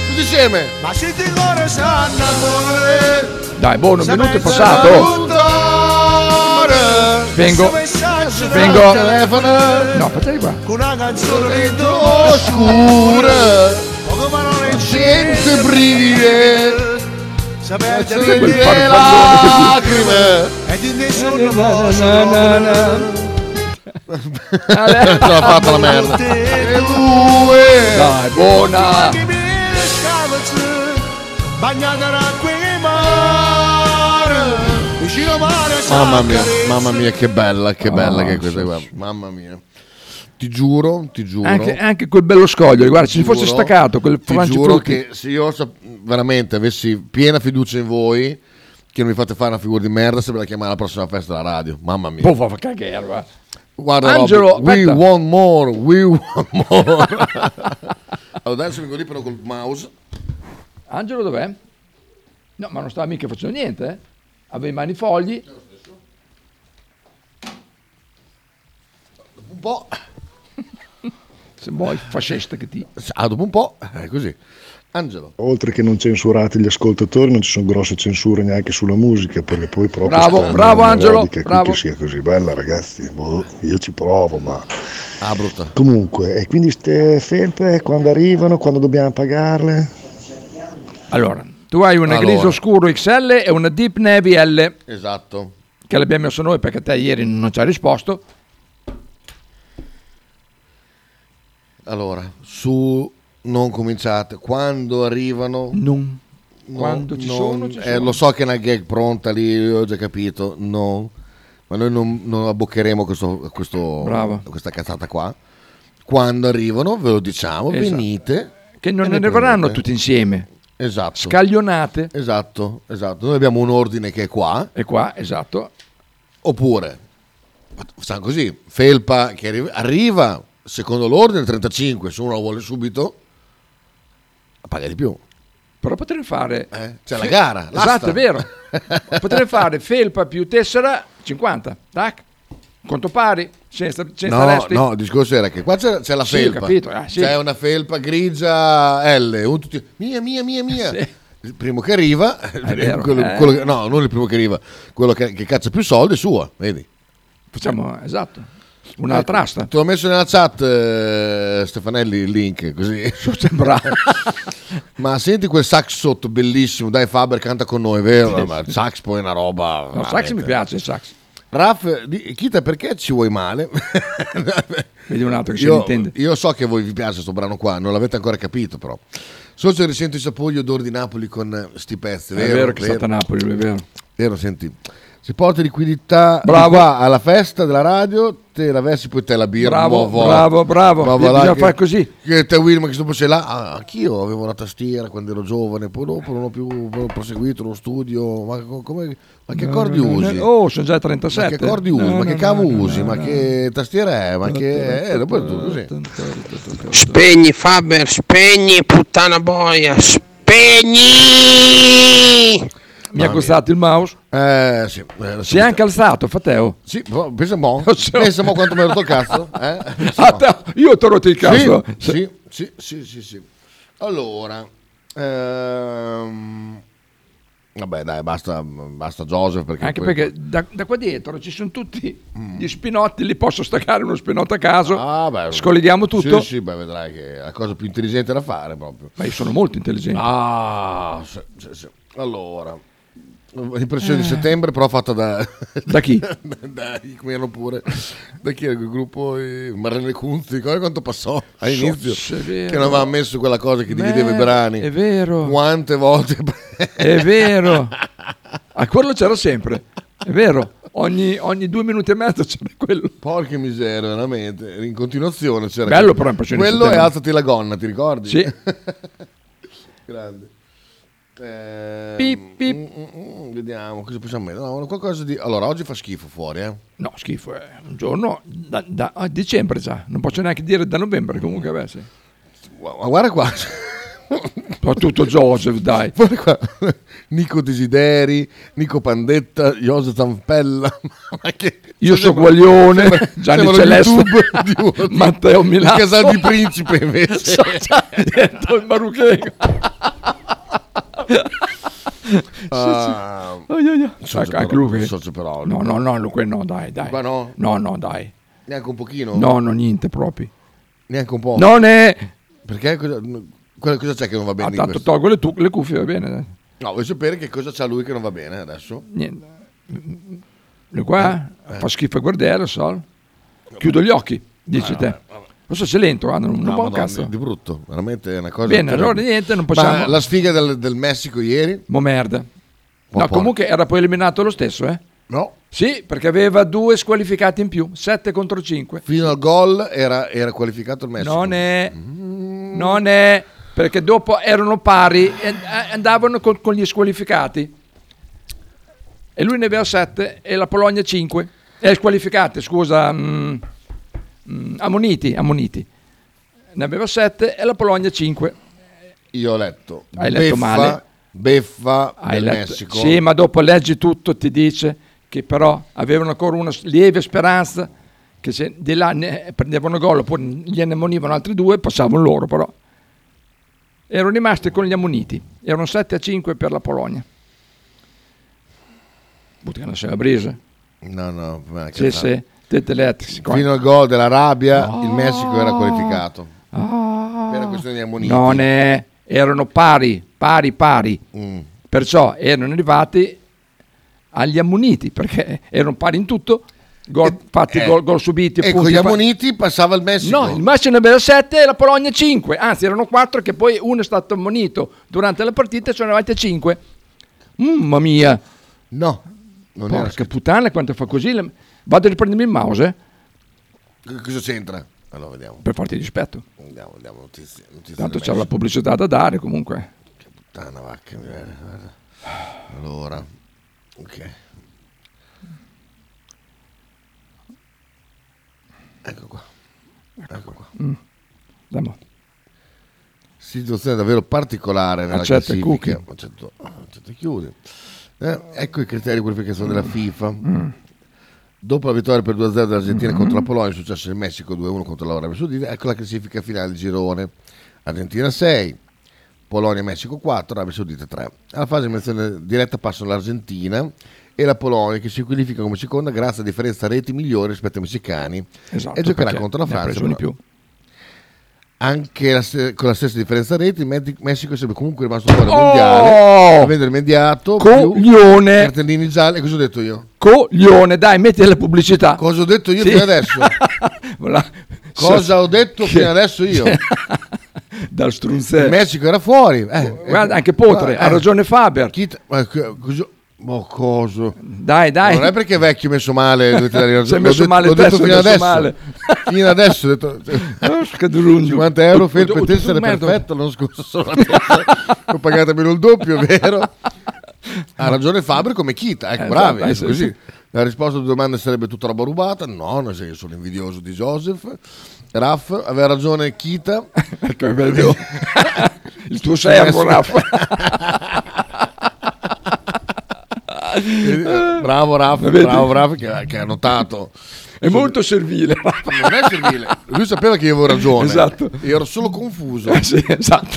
[SPEAKER 1] Tutti insieme
[SPEAKER 22] Ma se ti cuore sanno amore
[SPEAKER 2] Dai, buono, un
[SPEAKER 22] se
[SPEAKER 2] minuto è
[SPEAKER 22] pensa
[SPEAKER 2] passato.
[SPEAKER 22] all'odore,
[SPEAKER 2] Vengo.
[SPEAKER 22] se messaggio dal
[SPEAKER 2] Vengo.
[SPEAKER 22] telefono,
[SPEAKER 2] No, fateli qua.
[SPEAKER 22] Con una canzone di oscura Poco parole
[SPEAKER 1] Senza
[SPEAKER 22] incinte
[SPEAKER 1] brivide.
[SPEAKER 22] Sapete
[SPEAKER 1] Senza quel
[SPEAKER 22] le
[SPEAKER 1] farfallone
[SPEAKER 22] lacrime E di nessuno posso
[SPEAKER 1] [laughs] Ce l'ha fatta la merda.
[SPEAKER 2] Dai, buona.
[SPEAKER 22] Bagnata d'acqua e mare Vicino mare
[SPEAKER 1] Mamma mia, mamma mia, che bella, che
[SPEAKER 22] Ah,
[SPEAKER 1] bella che è questa qua. Mamma mia. Ti giuro, ti giuro.
[SPEAKER 2] Anche, anche quel bello scoglio, guarda, se fosse
[SPEAKER 1] Giuro,
[SPEAKER 2] staccato quel
[SPEAKER 1] ti giuro
[SPEAKER 2] francifrutti.
[SPEAKER 1] che se io sap- veramente avessi piena fiducia in voi che non mi fate fare una figura di merda se ve la chiamare alla prossima festa della radio mamma mia
[SPEAKER 2] Boh, fa cagare, va.
[SPEAKER 1] guarda
[SPEAKER 2] Angelo,
[SPEAKER 1] Robby, we
[SPEAKER 2] aspetta.
[SPEAKER 1] want more we want more [laughs] allora adesso vengo lì però col mouse
[SPEAKER 2] Angelo dov'è? No, ma non stava mica facendo niente, eh. Aveva in mano i fogli.
[SPEAKER 1] un po'
[SPEAKER 2] Se vuoi, fascista che ti...
[SPEAKER 1] ah dopo un po' è così Angelo
[SPEAKER 4] Oltre che non censurate gli ascoltatori, non ci sono grosse censure neanche sulla musica, perché poi proprio
[SPEAKER 2] Bravo,
[SPEAKER 4] stanno
[SPEAKER 2] bravo,
[SPEAKER 4] le
[SPEAKER 2] Angelo,
[SPEAKER 4] melodiche qui
[SPEAKER 2] bravo.
[SPEAKER 4] che sia così bella, ragazzi. Boh, io ci provo, ma
[SPEAKER 1] ah brutta
[SPEAKER 4] comunque, e quindi ste felpe quando arrivano, quando dobbiamo pagarle?
[SPEAKER 2] Allora, tu hai una
[SPEAKER 1] Allora.
[SPEAKER 2] grigio scuro XL e una Deep Navy L,
[SPEAKER 1] esatto
[SPEAKER 2] che l'abbiamo messo noi perché te ieri non ci hai risposto.
[SPEAKER 1] allora su non cominciate quando arrivano
[SPEAKER 2] non
[SPEAKER 1] No,
[SPEAKER 2] Quando ci
[SPEAKER 1] non-
[SPEAKER 2] sono, ci
[SPEAKER 1] eh,
[SPEAKER 2] sono.
[SPEAKER 1] Lo so che è una gag pronta lì, ho già capito. No, ma noi non, non abboccheremo questo, questo-
[SPEAKER 2] Bravo.
[SPEAKER 1] questa cazzata qua. Quando arrivano, ve lo diciamo,
[SPEAKER 2] Esatto.
[SPEAKER 1] venite.
[SPEAKER 2] Che non
[SPEAKER 1] e
[SPEAKER 2] ne
[SPEAKER 1] le
[SPEAKER 2] arriveranno
[SPEAKER 1] prendete.
[SPEAKER 2] tutti insieme.
[SPEAKER 1] Esatto.
[SPEAKER 2] Scaglionate.
[SPEAKER 1] Esatto, esatto. Noi abbiamo un ordine che è qua.
[SPEAKER 2] E qua, esatto.
[SPEAKER 1] Oppure, stanno così, Felpa che arri- arriva secondo l'ordine 35, se uno lo vuole subito, paga di più.
[SPEAKER 2] Però potrei fare... Eh,
[SPEAKER 1] c'è la gara, l'asta.
[SPEAKER 2] Esatto, è
[SPEAKER 1] [laughs]
[SPEAKER 2] vero. potrei fare felpa più tessera 50, tac. Conto pari, senza, senza
[SPEAKER 1] No,
[SPEAKER 2] resti.
[SPEAKER 1] no, il discorso era che qua c'è, c'è la
[SPEAKER 2] Sì, ho
[SPEAKER 1] felpa.
[SPEAKER 2] capito, ah, sì.
[SPEAKER 1] C'è una felpa grigia L, un tutti- mia, mia, mia, mia. Il primo che arriva, [laughs]
[SPEAKER 2] vero,
[SPEAKER 1] quello-
[SPEAKER 2] eh.
[SPEAKER 1] quello che- no, non il primo che arriva, quello che, che caccia più soldi è sua, vedi?
[SPEAKER 2] Facciamo, esatto. Un'altra
[SPEAKER 1] Ecco,
[SPEAKER 2] asta.
[SPEAKER 1] Te l'ho messo nella chat, eh, Stefanelli, il link, così
[SPEAKER 2] [laughs]
[SPEAKER 1] sembra. [laughs] ma senti quel sax sotto, bellissimo, dai Faber canta con noi, vero? Ma il sax poi è una roba...
[SPEAKER 2] No, sax mi piace, il sax.
[SPEAKER 1] Raf, di- Chita, perché ci vuoi
[SPEAKER 2] [laughs]
[SPEAKER 1] male? [laughs]
[SPEAKER 2] Vedi un altro che se ne
[SPEAKER 1] io,
[SPEAKER 2] intende.
[SPEAKER 1] io so che a voi vi piace questo brano qua, non l'avete ancora capito però. So se risento i sapori odori di Napoli con eh, sti pezzi,
[SPEAKER 2] È
[SPEAKER 1] vero?
[SPEAKER 2] vero, che è stata a Napoli, lui, è vero.
[SPEAKER 1] Vero, senti. Se porti liquidità di
[SPEAKER 2] Bravo.
[SPEAKER 1] qua alla festa della radio, te la versi poi te la birra.
[SPEAKER 2] Bravo,
[SPEAKER 1] mo' va.
[SPEAKER 2] bravo, bravo.
[SPEAKER 1] Ma va
[SPEAKER 2] Bisogna
[SPEAKER 1] là
[SPEAKER 2] fare così.
[SPEAKER 1] Che te Wilma che dopo sei là. Ah, anch'io avevo una tastiera quando ero giovane, poi dopo non ho più poi ho proseguito lo studio. Ma, co- come- ma che accordi
[SPEAKER 2] No, no, no,
[SPEAKER 1] usi?
[SPEAKER 2] no. Oh, sono già
[SPEAKER 1] Ma
[SPEAKER 2] 37.
[SPEAKER 1] che accordi usi?
[SPEAKER 2] No,
[SPEAKER 1] ma
[SPEAKER 2] no,
[SPEAKER 1] che
[SPEAKER 2] no,
[SPEAKER 1] cavo
[SPEAKER 2] no,
[SPEAKER 1] usi?
[SPEAKER 2] no,
[SPEAKER 1] ma
[SPEAKER 2] no.
[SPEAKER 1] che tastiera è? Ma che... Eh, dopo è tutto così.
[SPEAKER 13] Spegni Faber, spegni puttana boia, spegni!
[SPEAKER 2] Mi ha costato il mouse.
[SPEAKER 1] Eh, sì.
[SPEAKER 2] si è anche alzato, Fateo.
[SPEAKER 1] Sì, boh, pensa mo, pensa mo quanto mi hai rotto il cazzo.
[SPEAKER 2] [laughs]
[SPEAKER 1] Eh? Pensa
[SPEAKER 2] Ah,
[SPEAKER 1] mo.
[SPEAKER 2] te- io ti ho rotto il cazzo.
[SPEAKER 1] Sì, sì, sì, sì, sì, sì. Allora, ehm, vabbè, dai, basta, basta Joseph. Perché
[SPEAKER 2] Anche
[SPEAKER 1] poi-
[SPEAKER 2] perché da, da qua dietro ci sono tutti
[SPEAKER 1] Mm.
[SPEAKER 2] gli spinotti, li posso staccare uno spinotto a caso, scolleghiamo tutto.
[SPEAKER 1] Ah, Sì, sì, beh, vedrai che è la cosa più intelligente da fare proprio.
[SPEAKER 2] Ma io sono molto intelligente.
[SPEAKER 1] Ah, sì, sì, sì. allora. L'impressione
[SPEAKER 2] Eh.
[SPEAKER 1] di settembre, però fatta da,
[SPEAKER 2] Da chi?
[SPEAKER 1] [laughs] Dai, come erano pure da chi era il gruppo eh, Marlene Cunzi. Guarda quanto passò all'inizio
[SPEAKER 2] Sì, è
[SPEAKER 1] che
[SPEAKER 2] vero.
[SPEAKER 1] non aveva messo quella cosa che divideva
[SPEAKER 2] Beh,
[SPEAKER 1] i brani.
[SPEAKER 2] È vero.
[SPEAKER 1] Quante volte [laughs]
[SPEAKER 2] È vero. A quello c'era sempre. È vero. Ogni, ogni due minuti e mezzo c'era quello.
[SPEAKER 1] Porca miseria, veramente. In continuazione c'era
[SPEAKER 2] Bello
[SPEAKER 1] quel-
[SPEAKER 2] però impressione di
[SPEAKER 1] quello e
[SPEAKER 2] settembre.
[SPEAKER 1] alzati la gonna, ti ricordi? Eh,
[SPEAKER 2] Sì.
[SPEAKER 1] Grande. Eh,
[SPEAKER 2] Pip, pip.
[SPEAKER 1] mm, mm, vediamo cosa possiamo mettere. No, qualcosa di... Allora, oggi fa schifo fuori, eh.
[SPEAKER 2] No, schifo. È un giorno da, da- a dicembre già. Non posso neanche dire da novembre comunque. Beh, sì.
[SPEAKER 1] Ma guarda qua. [laughs]
[SPEAKER 2] Ho tutto Joseph, dai.
[SPEAKER 1] Guarda qua. [laughs] Nico Desideri, Nico Pandetta, Joseph Zampella. [laughs] Ma che-
[SPEAKER 2] Io so
[SPEAKER 1] sembra-
[SPEAKER 2] Guaglione,
[SPEAKER 1] sembra-
[SPEAKER 2] [laughs] Gianni
[SPEAKER 1] sembrano
[SPEAKER 2] Celeste,
[SPEAKER 1] YouTube di uno di-
[SPEAKER 2] [laughs] Matteo Milano.
[SPEAKER 1] di
[SPEAKER 2] [laughs]
[SPEAKER 1] Casal di Principe invece.
[SPEAKER 2] So già dentro il Maruchengo.
[SPEAKER 1] Ah,
[SPEAKER 2] Oh, io, io.
[SPEAKER 1] socio
[SPEAKER 2] Ecco,
[SPEAKER 1] però-
[SPEAKER 2] anche lui che-
[SPEAKER 1] socio però-
[SPEAKER 2] No, no, no, lui- no, dai, dai.
[SPEAKER 1] Qua no? Oh.
[SPEAKER 2] No, no, dai.
[SPEAKER 1] Neanche un pochino?
[SPEAKER 2] No, no, niente proprio.
[SPEAKER 1] Neanche un po'.
[SPEAKER 2] Non è...
[SPEAKER 1] Perché cosa, cosa- cosa c'è che non va bene?
[SPEAKER 2] Ah,
[SPEAKER 1] di
[SPEAKER 2] tanto
[SPEAKER 1] questo?
[SPEAKER 2] tolgo le, tu- le cuffie, va bene. dai.
[SPEAKER 1] No, vuoi sapere che cosa c'ha lui che non va bene adesso?
[SPEAKER 2] Niente. Lui qua
[SPEAKER 1] Eh, eh.
[SPEAKER 2] fa schifo a guardare, lo so. Chiudo gli occhi,
[SPEAKER 1] Eh,
[SPEAKER 2] dici te. Lo so, sei lento, guarda, non, non
[SPEAKER 1] No,
[SPEAKER 2] può un
[SPEAKER 1] madonna,
[SPEAKER 2] cazzo.
[SPEAKER 1] Di brutto, veramente è una cosa.
[SPEAKER 2] Bene,
[SPEAKER 1] terribile.
[SPEAKER 2] allora niente, non
[SPEAKER 1] Ma
[SPEAKER 2] possiamo-
[SPEAKER 1] la sfiga del, del Messico ieri?
[SPEAKER 2] Mo merda. No,
[SPEAKER 1] porca.
[SPEAKER 2] comunque era poi eliminato lo stesso, eh?
[SPEAKER 1] No.
[SPEAKER 2] Sì, perché aveva due squalificati in più, 7 contro 5.
[SPEAKER 1] Fino al gol era, era qualificato il Messico.
[SPEAKER 2] Non è, non è, perché dopo erano pari e e andavano con, con gli squalificati. E lui ne aveva 7 e la Polonia 5. Eh, squalificate, scusa, mm, mm, ammoniti, ammoniti. Ne aveva 7 e la Polonia 5.
[SPEAKER 1] Io ho letto.
[SPEAKER 2] Hai letto
[SPEAKER 1] beffa,
[SPEAKER 2] male.
[SPEAKER 1] Beffa
[SPEAKER 2] Hai
[SPEAKER 1] del
[SPEAKER 2] letto-
[SPEAKER 1] Messico.
[SPEAKER 2] Sì, ma dopo leggi tutto, ti dice che però avevano ancora una lieve speranza che se di là ne- prendevano gol oppure gliene ammonivano altri due, passavano loro però. Erano rimasti con gli ammoniti, erano 7 a 5 per la Polonia. Buttano se la brisa.
[SPEAKER 1] No, no. ma che
[SPEAKER 2] Sì,
[SPEAKER 1] fa-
[SPEAKER 2] sì, te te letti, sì, qua.
[SPEAKER 1] Fino al gol dell'Arabia il Messico era qualificato.
[SPEAKER 2] Ah.
[SPEAKER 1] Per la questione di ammoniti.
[SPEAKER 2] Non è, erano pari, pari, pari.
[SPEAKER 1] Mm.
[SPEAKER 2] Perciò erano arrivati agli ammoniti perché [laughs] erano pari in tutto. Gol, fatti
[SPEAKER 1] eh,
[SPEAKER 2] gol, gol subiti
[SPEAKER 1] e con
[SPEAKER 2] punti
[SPEAKER 1] gli
[SPEAKER 2] fa-
[SPEAKER 1] ammoniti passava il Messico.
[SPEAKER 2] No, il Messico ne aveva 7 e la Polonia 5. Anzi, erano 4 che poi uno è stato ammonito durante la partita e sono arrivati a 5. Mamma mia.
[SPEAKER 1] No. Non era
[SPEAKER 2] Porca puttana, quanto fa così? la- Vado a riprendermi il mouse eh,
[SPEAKER 1] C- Cosa c'entra? Allora vediamo.
[SPEAKER 2] per farti rispetto.
[SPEAKER 1] Andiamo, andiamo, notizie. notizie
[SPEAKER 2] Tanto
[SPEAKER 1] del Ah,
[SPEAKER 2] c'è la
[SPEAKER 1] Messico.
[SPEAKER 2] pubblicità da dare comunque.
[SPEAKER 1] Puttana vacca, miseria, guarda. Allora, ok. Ecco qua. Ecco qua.
[SPEAKER 2] Mm. Andiamo.
[SPEAKER 1] Situazione davvero particolare nella
[SPEAKER 2] Accetta i
[SPEAKER 1] classifica.
[SPEAKER 2] cookie.
[SPEAKER 1] Accetto, accetto, chiudi. Eh, ecco i criteri di qualificazione della FIFA.
[SPEAKER 2] Mm.
[SPEAKER 1] Dopo la vittoria per 2-0 dell'Argentina
[SPEAKER 2] Mm.
[SPEAKER 1] contro la Polonia, è successo il Messico 2-1 contro l'Arabia Saudita, ecco la classifica finale di girone. Argentina 6, Polonia e Messico 4, Arabia Saudita 3. Alla fase di eliminazione diretta passano l'Argentina e la Polonia che si qualifica come seconda grazie a differenza reti migliori rispetto ai messicani
[SPEAKER 2] Esatto,
[SPEAKER 1] e giocherà
[SPEAKER 2] perché
[SPEAKER 1] contro la
[SPEAKER 2] ne ha
[SPEAKER 1] Francia.
[SPEAKER 2] preso di
[SPEAKER 1] però- Anche la se- con la stessa differenza reti, il Med- Messico sarebbe comunque rimasto
[SPEAKER 2] Oh!
[SPEAKER 1] fuori al mondiale, avendo rimediato
[SPEAKER 2] Coglione.
[SPEAKER 1] più cartellini gialli. E cosa ho detto io?
[SPEAKER 2] Coglione, dai, metti la pubblicità. [laughs]
[SPEAKER 1] Cosa ho detto io
[SPEAKER 2] Sì. Cioè,
[SPEAKER 1] fino
[SPEAKER 2] [laughs]
[SPEAKER 1] adesso? Cosa ho detto
[SPEAKER 2] Che- Cioè.
[SPEAKER 1] fino adesso
[SPEAKER 2] [laughs]
[SPEAKER 1] io?
[SPEAKER 2] Dal strunzello.
[SPEAKER 1] Il Messico era fuori. eh.
[SPEAKER 2] Guarda, anche Potre,
[SPEAKER 1] Eh.
[SPEAKER 2] ha ragione Faber.
[SPEAKER 1] Chi t- ma che- cosa- boh, coso.
[SPEAKER 2] Dai, dai.
[SPEAKER 1] Non è perché è vecchio ho messo male, dovete
[SPEAKER 2] [laughs]
[SPEAKER 1] dare ragione.
[SPEAKER 2] Sei messo
[SPEAKER 1] L'ho detto-
[SPEAKER 2] male
[SPEAKER 1] l'ho
[SPEAKER 2] te,
[SPEAKER 1] detto
[SPEAKER 2] sei
[SPEAKER 1] fino
[SPEAKER 2] messo
[SPEAKER 1] adesso.
[SPEAKER 2] male.
[SPEAKER 1] Fino adesso ho detto
[SPEAKER 2] [laughs]
[SPEAKER 1] 50 euro felpe e tessere perfetto l'anno scorso sono la terza. ho pagato meno il doppio, è vero? Ha ragione Fabri come Kita, ecco,
[SPEAKER 2] Eh,
[SPEAKER 1] bravi,
[SPEAKER 2] esatto,
[SPEAKER 1] ecco
[SPEAKER 2] eh,
[SPEAKER 1] così.
[SPEAKER 2] sì,
[SPEAKER 1] La risposta alla domanda sarebbe tutta roba rubata? No, nel senso, sono invidioso di Joseph. Raff, aveva ragione Kita.
[SPEAKER 2] Come vedo. [laughs] Il tuo servo, Raff.
[SPEAKER 1] Eh, bravo Raff,
[SPEAKER 2] Vedi?
[SPEAKER 1] bravo Raff che, che ha notato.
[SPEAKER 2] È molto servile. Raff.
[SPEAKER 1] Non è servile. Lui sapeva che io avevo ragione.
[SPEAKER 2] Esatto.
[SPEAKER 1] Io ero solo confuso.
[SPEAKER 2] Eh, sì, esatto.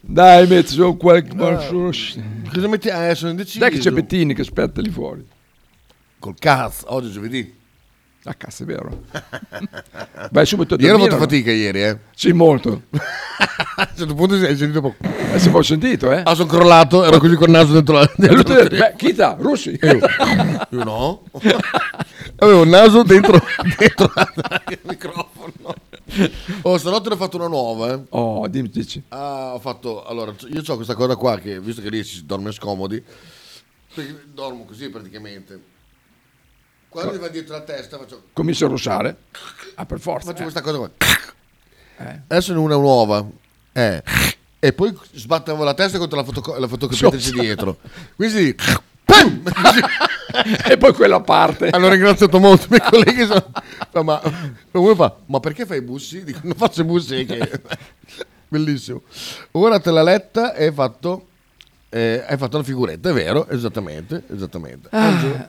[SPEAKER 2] [laughs] Dai, metti sono qualche... Cosa
[SPEAKER 1] metti? Eh, sono indeciso.
[SPEAKER 2] Dai che c'è Bettini che aspetta lì fuori.
[SPEAKER 1] Col cazzo, oggi è giovedì.
[SPEAKER 2] Ah, cazzo,
[SPEAKER 1] [laughs]
[SPEAKER 2] è vero. Vai subito a
[SPEAKER 1] Ieri ho
[SPEAKER 2] dormire,
[SPEAKER 1] fatto
[SPEAKER 2] no?
[SPEAKER 1] fatica ieri, eh.
[SPEAKER 2] Sì, molto.
[SPEAKER 1] A un certo punto si è sentito poco.
[SPEAKER 2] Eh, se poi ho sentito, eh.
[SPEAKER 1] Ah, sono crollato, ero così col naso dentro [laughs] la...
[SPEAKER 2] E
[SPEAKER 1] dentro
[SPEAKER 2] lui ti ha detto,
[SPEAKER 1] la-
[SPEAKER 2] beh, Kita, russi.
[SPEAKER 1] Io, io no. Avevo il naso dentro, [laughs] dentro la- il microfono. Oh, stanotte ne ho fatto una nuova, eh.
[SPEAKER 2] Oh, dimmi, dici.
[SPEAKER 1] Ah, ho fatto... Allora, io ho questa cosa qua che, visto che lì si dorme scomodi, perché dormo così praticamente. Quando mi va dietro la testa faccio...
[SPEAKER 2] Comincio a russare. Ah, per forza.
[SPEAKER 1] Faccio
[SPEAKER 2] eh.
[SPEAKER 1] questa cosa qua. Adesso ne ho una nuova. Eh. E poi sbattevo la testa contro la, fotoco- la fotocopiatrice
[SPEAKER 2] Sotto.
[SPEAKER 1] dietro. Quindi... [laughs] pam!
[SPEAKER 2] [laughs]
[SPEAKER 1] [laughs]
[SPEAKER 2] e poi quella parte.
[SPEAKER 1] Hanno ringraziato molto i miei colleghi. sono- no, ma uno fa, ma perché fai i bussi? Dico, non faccio i bussi. eh, Che... Bellissimo. Ora te l'ha letta e hai fatto, eh, hai fatto una figuretta, è vero? Esattamente, esattamente. Angelo,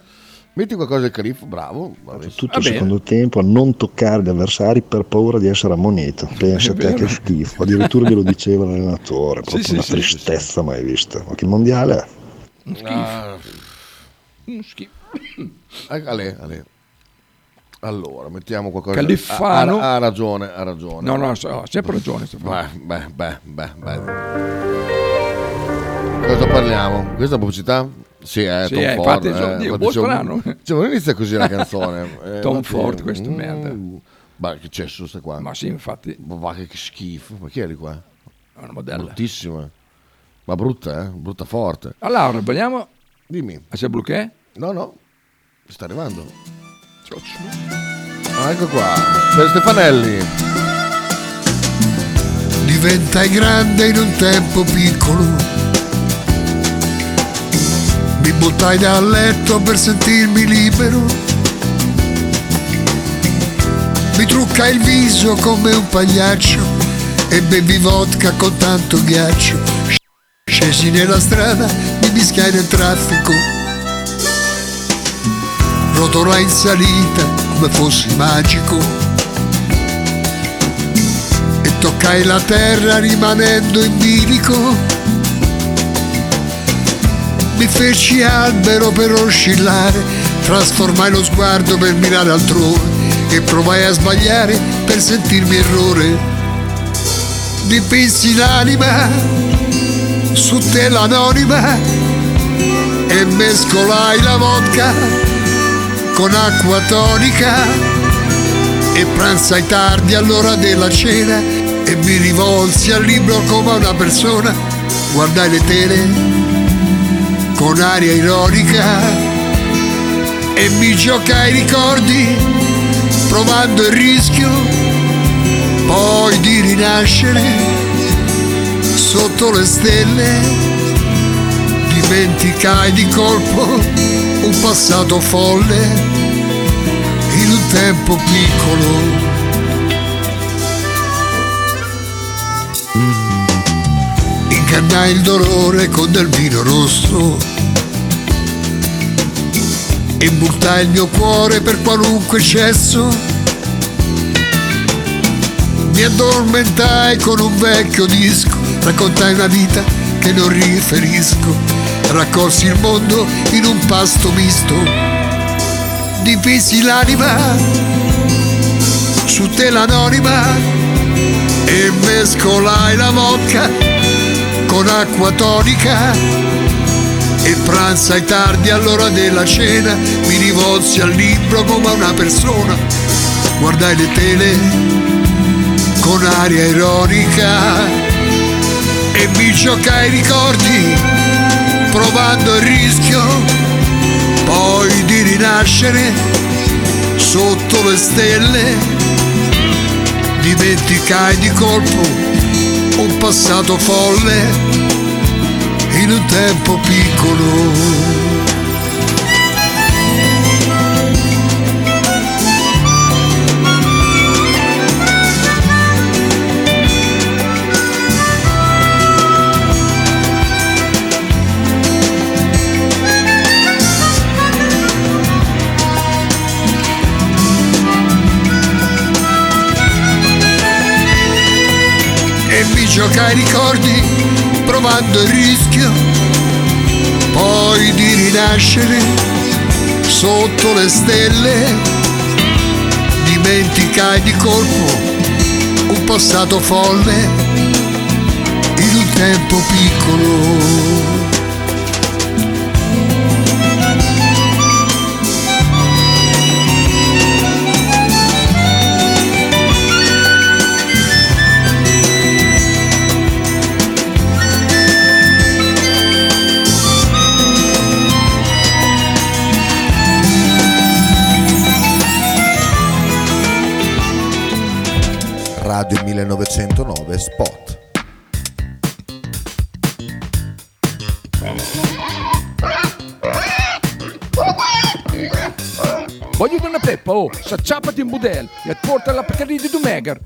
[SPEAKER 1] Metti qualcosa del califfo, bravo. bravissimo.
[SPEAKER 4] Tutto il secondo tempo a non toccare gli avversari per paura di essere ammonito. Pensa
[SPEAKER 1] È
[SPEAKER 4] a te
[SPEAKER 1] vero.
[SPEAKER 4] che schifo. Addirittura glielo diceva l'allenatore.
[SPEAKER 2] [laughs]
[SPEAKER 4] Proprio
[SPEAKER 2] sì,
[SPEAKER 4] una
[SPEAKER 2] sì,
[SPEAKER 4] tristezza mai vista. Ma che mondiale è?
[SPEAKER 1] Ah,
[SPEAKER 2] Mm, schifo.
[SPEAKER 1] Eh, Ale, Ale. Allora, mettiamo qualcosa.
[SPEAKER 2] Califfano.
[SPEAKER 1] Ha, ha- ha ragione, ha ragione.
[SPEAKER 2] No, no, so- ha sempre ragione, Stefano.
[SPEAKER 1] Beh, beh, beh, beh, beh. Cosa parliamo? Questa pubblicità? Sì, è
[SPEAKER 2] Sì,
[SPEAKER 1] Tom
[SPEAKER 2] eh,
[SPEAKER 1] Ford.
[SPEAKER 2] infatti, insomma, Dio,
[SPEAKER 1] infatti,
[SPEAKER 2] boh,
[SPEAKER 1] cioè,
[SPEAKER 2] strano.
[SPEAKER 1] cioè, non inizia così
[SPEAKER 2] [laughs]
[SPEAKER 1] la canzone. Eh,
[SPEAKER 2] Tom
[SPEAKER 1] infatti,
[SPEAKER 2] Ford, questo
[SPEAKER 1] mm,
[SPEAKER 2] merda.
[SPEAKER 1] Ma che c'è su sta qua?
[SPEAKER 2] Ma sì, infatti.
[SPEAKER 1] Ma che, che schifo. Ma chi è di qua?
[SPEAKER 2] È una modella.
[SPEAKER 1] Bruttissima. Ma brutta, eh? Brutta forte.
[SPEAKER 2] Ah, Laura, vogliamo?
[SPEAKER 1] Dimmi.
[SPEAKER 2] Ah, c'è Bluquet?
[SPEAKER 1] No, no. Sta arrivando. Ah, ecco qua. Per Stefanelli.
[SPEAKER 5] diventai grande in un tempo piccolo. Mi buttai dal letto per sentirmi libero. Mi truccai il viso come un pagliaccio e bevi vodka con tanto ghiaccio. Scesi nella strada, mi mischiai nel traffico. Rotolai in salita come fossi magico e toccai la terra rimanendo in bilico. Mi feci albero per oscillare, trasformai lo sguardo per mirare altrove e provai a sbagliare per sentirmi errore. Dipinsi l'anima su tela anonima e mescolai la vodka con acqua tonica e pranzai tardi all'ora della cena e mi rivolsi al libro come a una persona, guardai le tele con aria ironica e mi giocai i ricordi provando il rischio poi di rinascere sotto le stelle dimenticai di colpo un passato folle in un tempo piccolo. Ingannai il dolore con del vino rosso e buttai il mio cuore per qualunque cesso. Mi addormentai con un vecchio disco, raccontai una vita che non riferisco, raccolsi il mondo in un pasto misto, divisi l'anima su tela anonima e mescolai la vodka con acqua tonica e pranzai tardi all'ora della cena, mi rivolsi al libro come a una persona, guardai le tele con aria ironica e mi giocai i ricordi provando il rischio poi di rinascere sotto le stelle dimenticai di colpo un passato folle in un tempo piccolo. E mi giocai i ricordi provando il rischio poi di rinascere sotto le stelle dimenticai di colpo un passato folle in un tempo piccolo
[SPEAKER 1] Radio 1909 Spot.
[SPEAKER 2] Voglio una peppa, oh, s'acciappati in budel e porta la Pcaridi di Dumegar.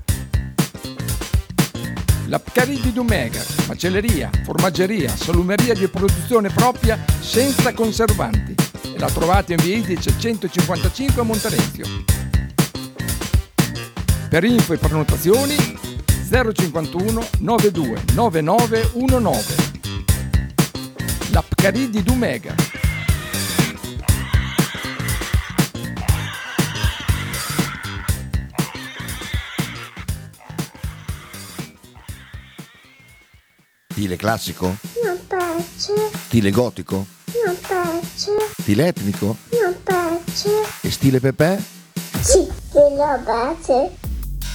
[SPEAKER 2] La Pcaridi di Dumegar, macelleria, formaggeria, salumeria di produzione propria senza conservanti. E la trovate in via Idice 155 a Monterezio. Per info e prenotazioni 051 92 9919 La Pcaridi Dumega
[SPEAKER 1] Stile classico?
[SPEAKER 7] Non piace,
[SPEAKER 1] Stile gotico?
[SPEAKER 7] non piace,
[SPEAKER 1] Stile etnico?
[SPEAKER 7] non piace.
[SPEAKER 1] E stile Pepe?
[SPEAKER 7] Sì, quello base.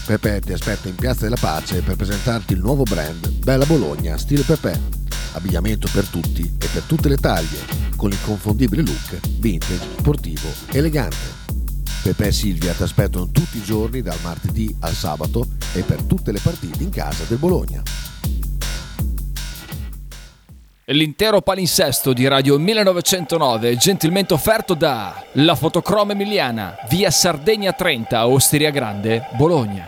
[SPEAKER 1] Pepe ti aspetta in Piazza della Pace per presentarti il nuovo brand Bella Bologna Stile Pepe. Abbigliamento per tutti e per tutte le taglie, con l'inconfondibile look vintage, sportivo, elegante. Pepe e Silvia ti aspettano tutti i giorni dal martedì al sabato e per tutte le partite in casa del Bologna.
[SPEAKER 15] L'intero palinsesto di Radio 1909 gentilmente offerto da La Fotocroma Emiliana, via Sardegna 30, Osteria Grande, Bologna.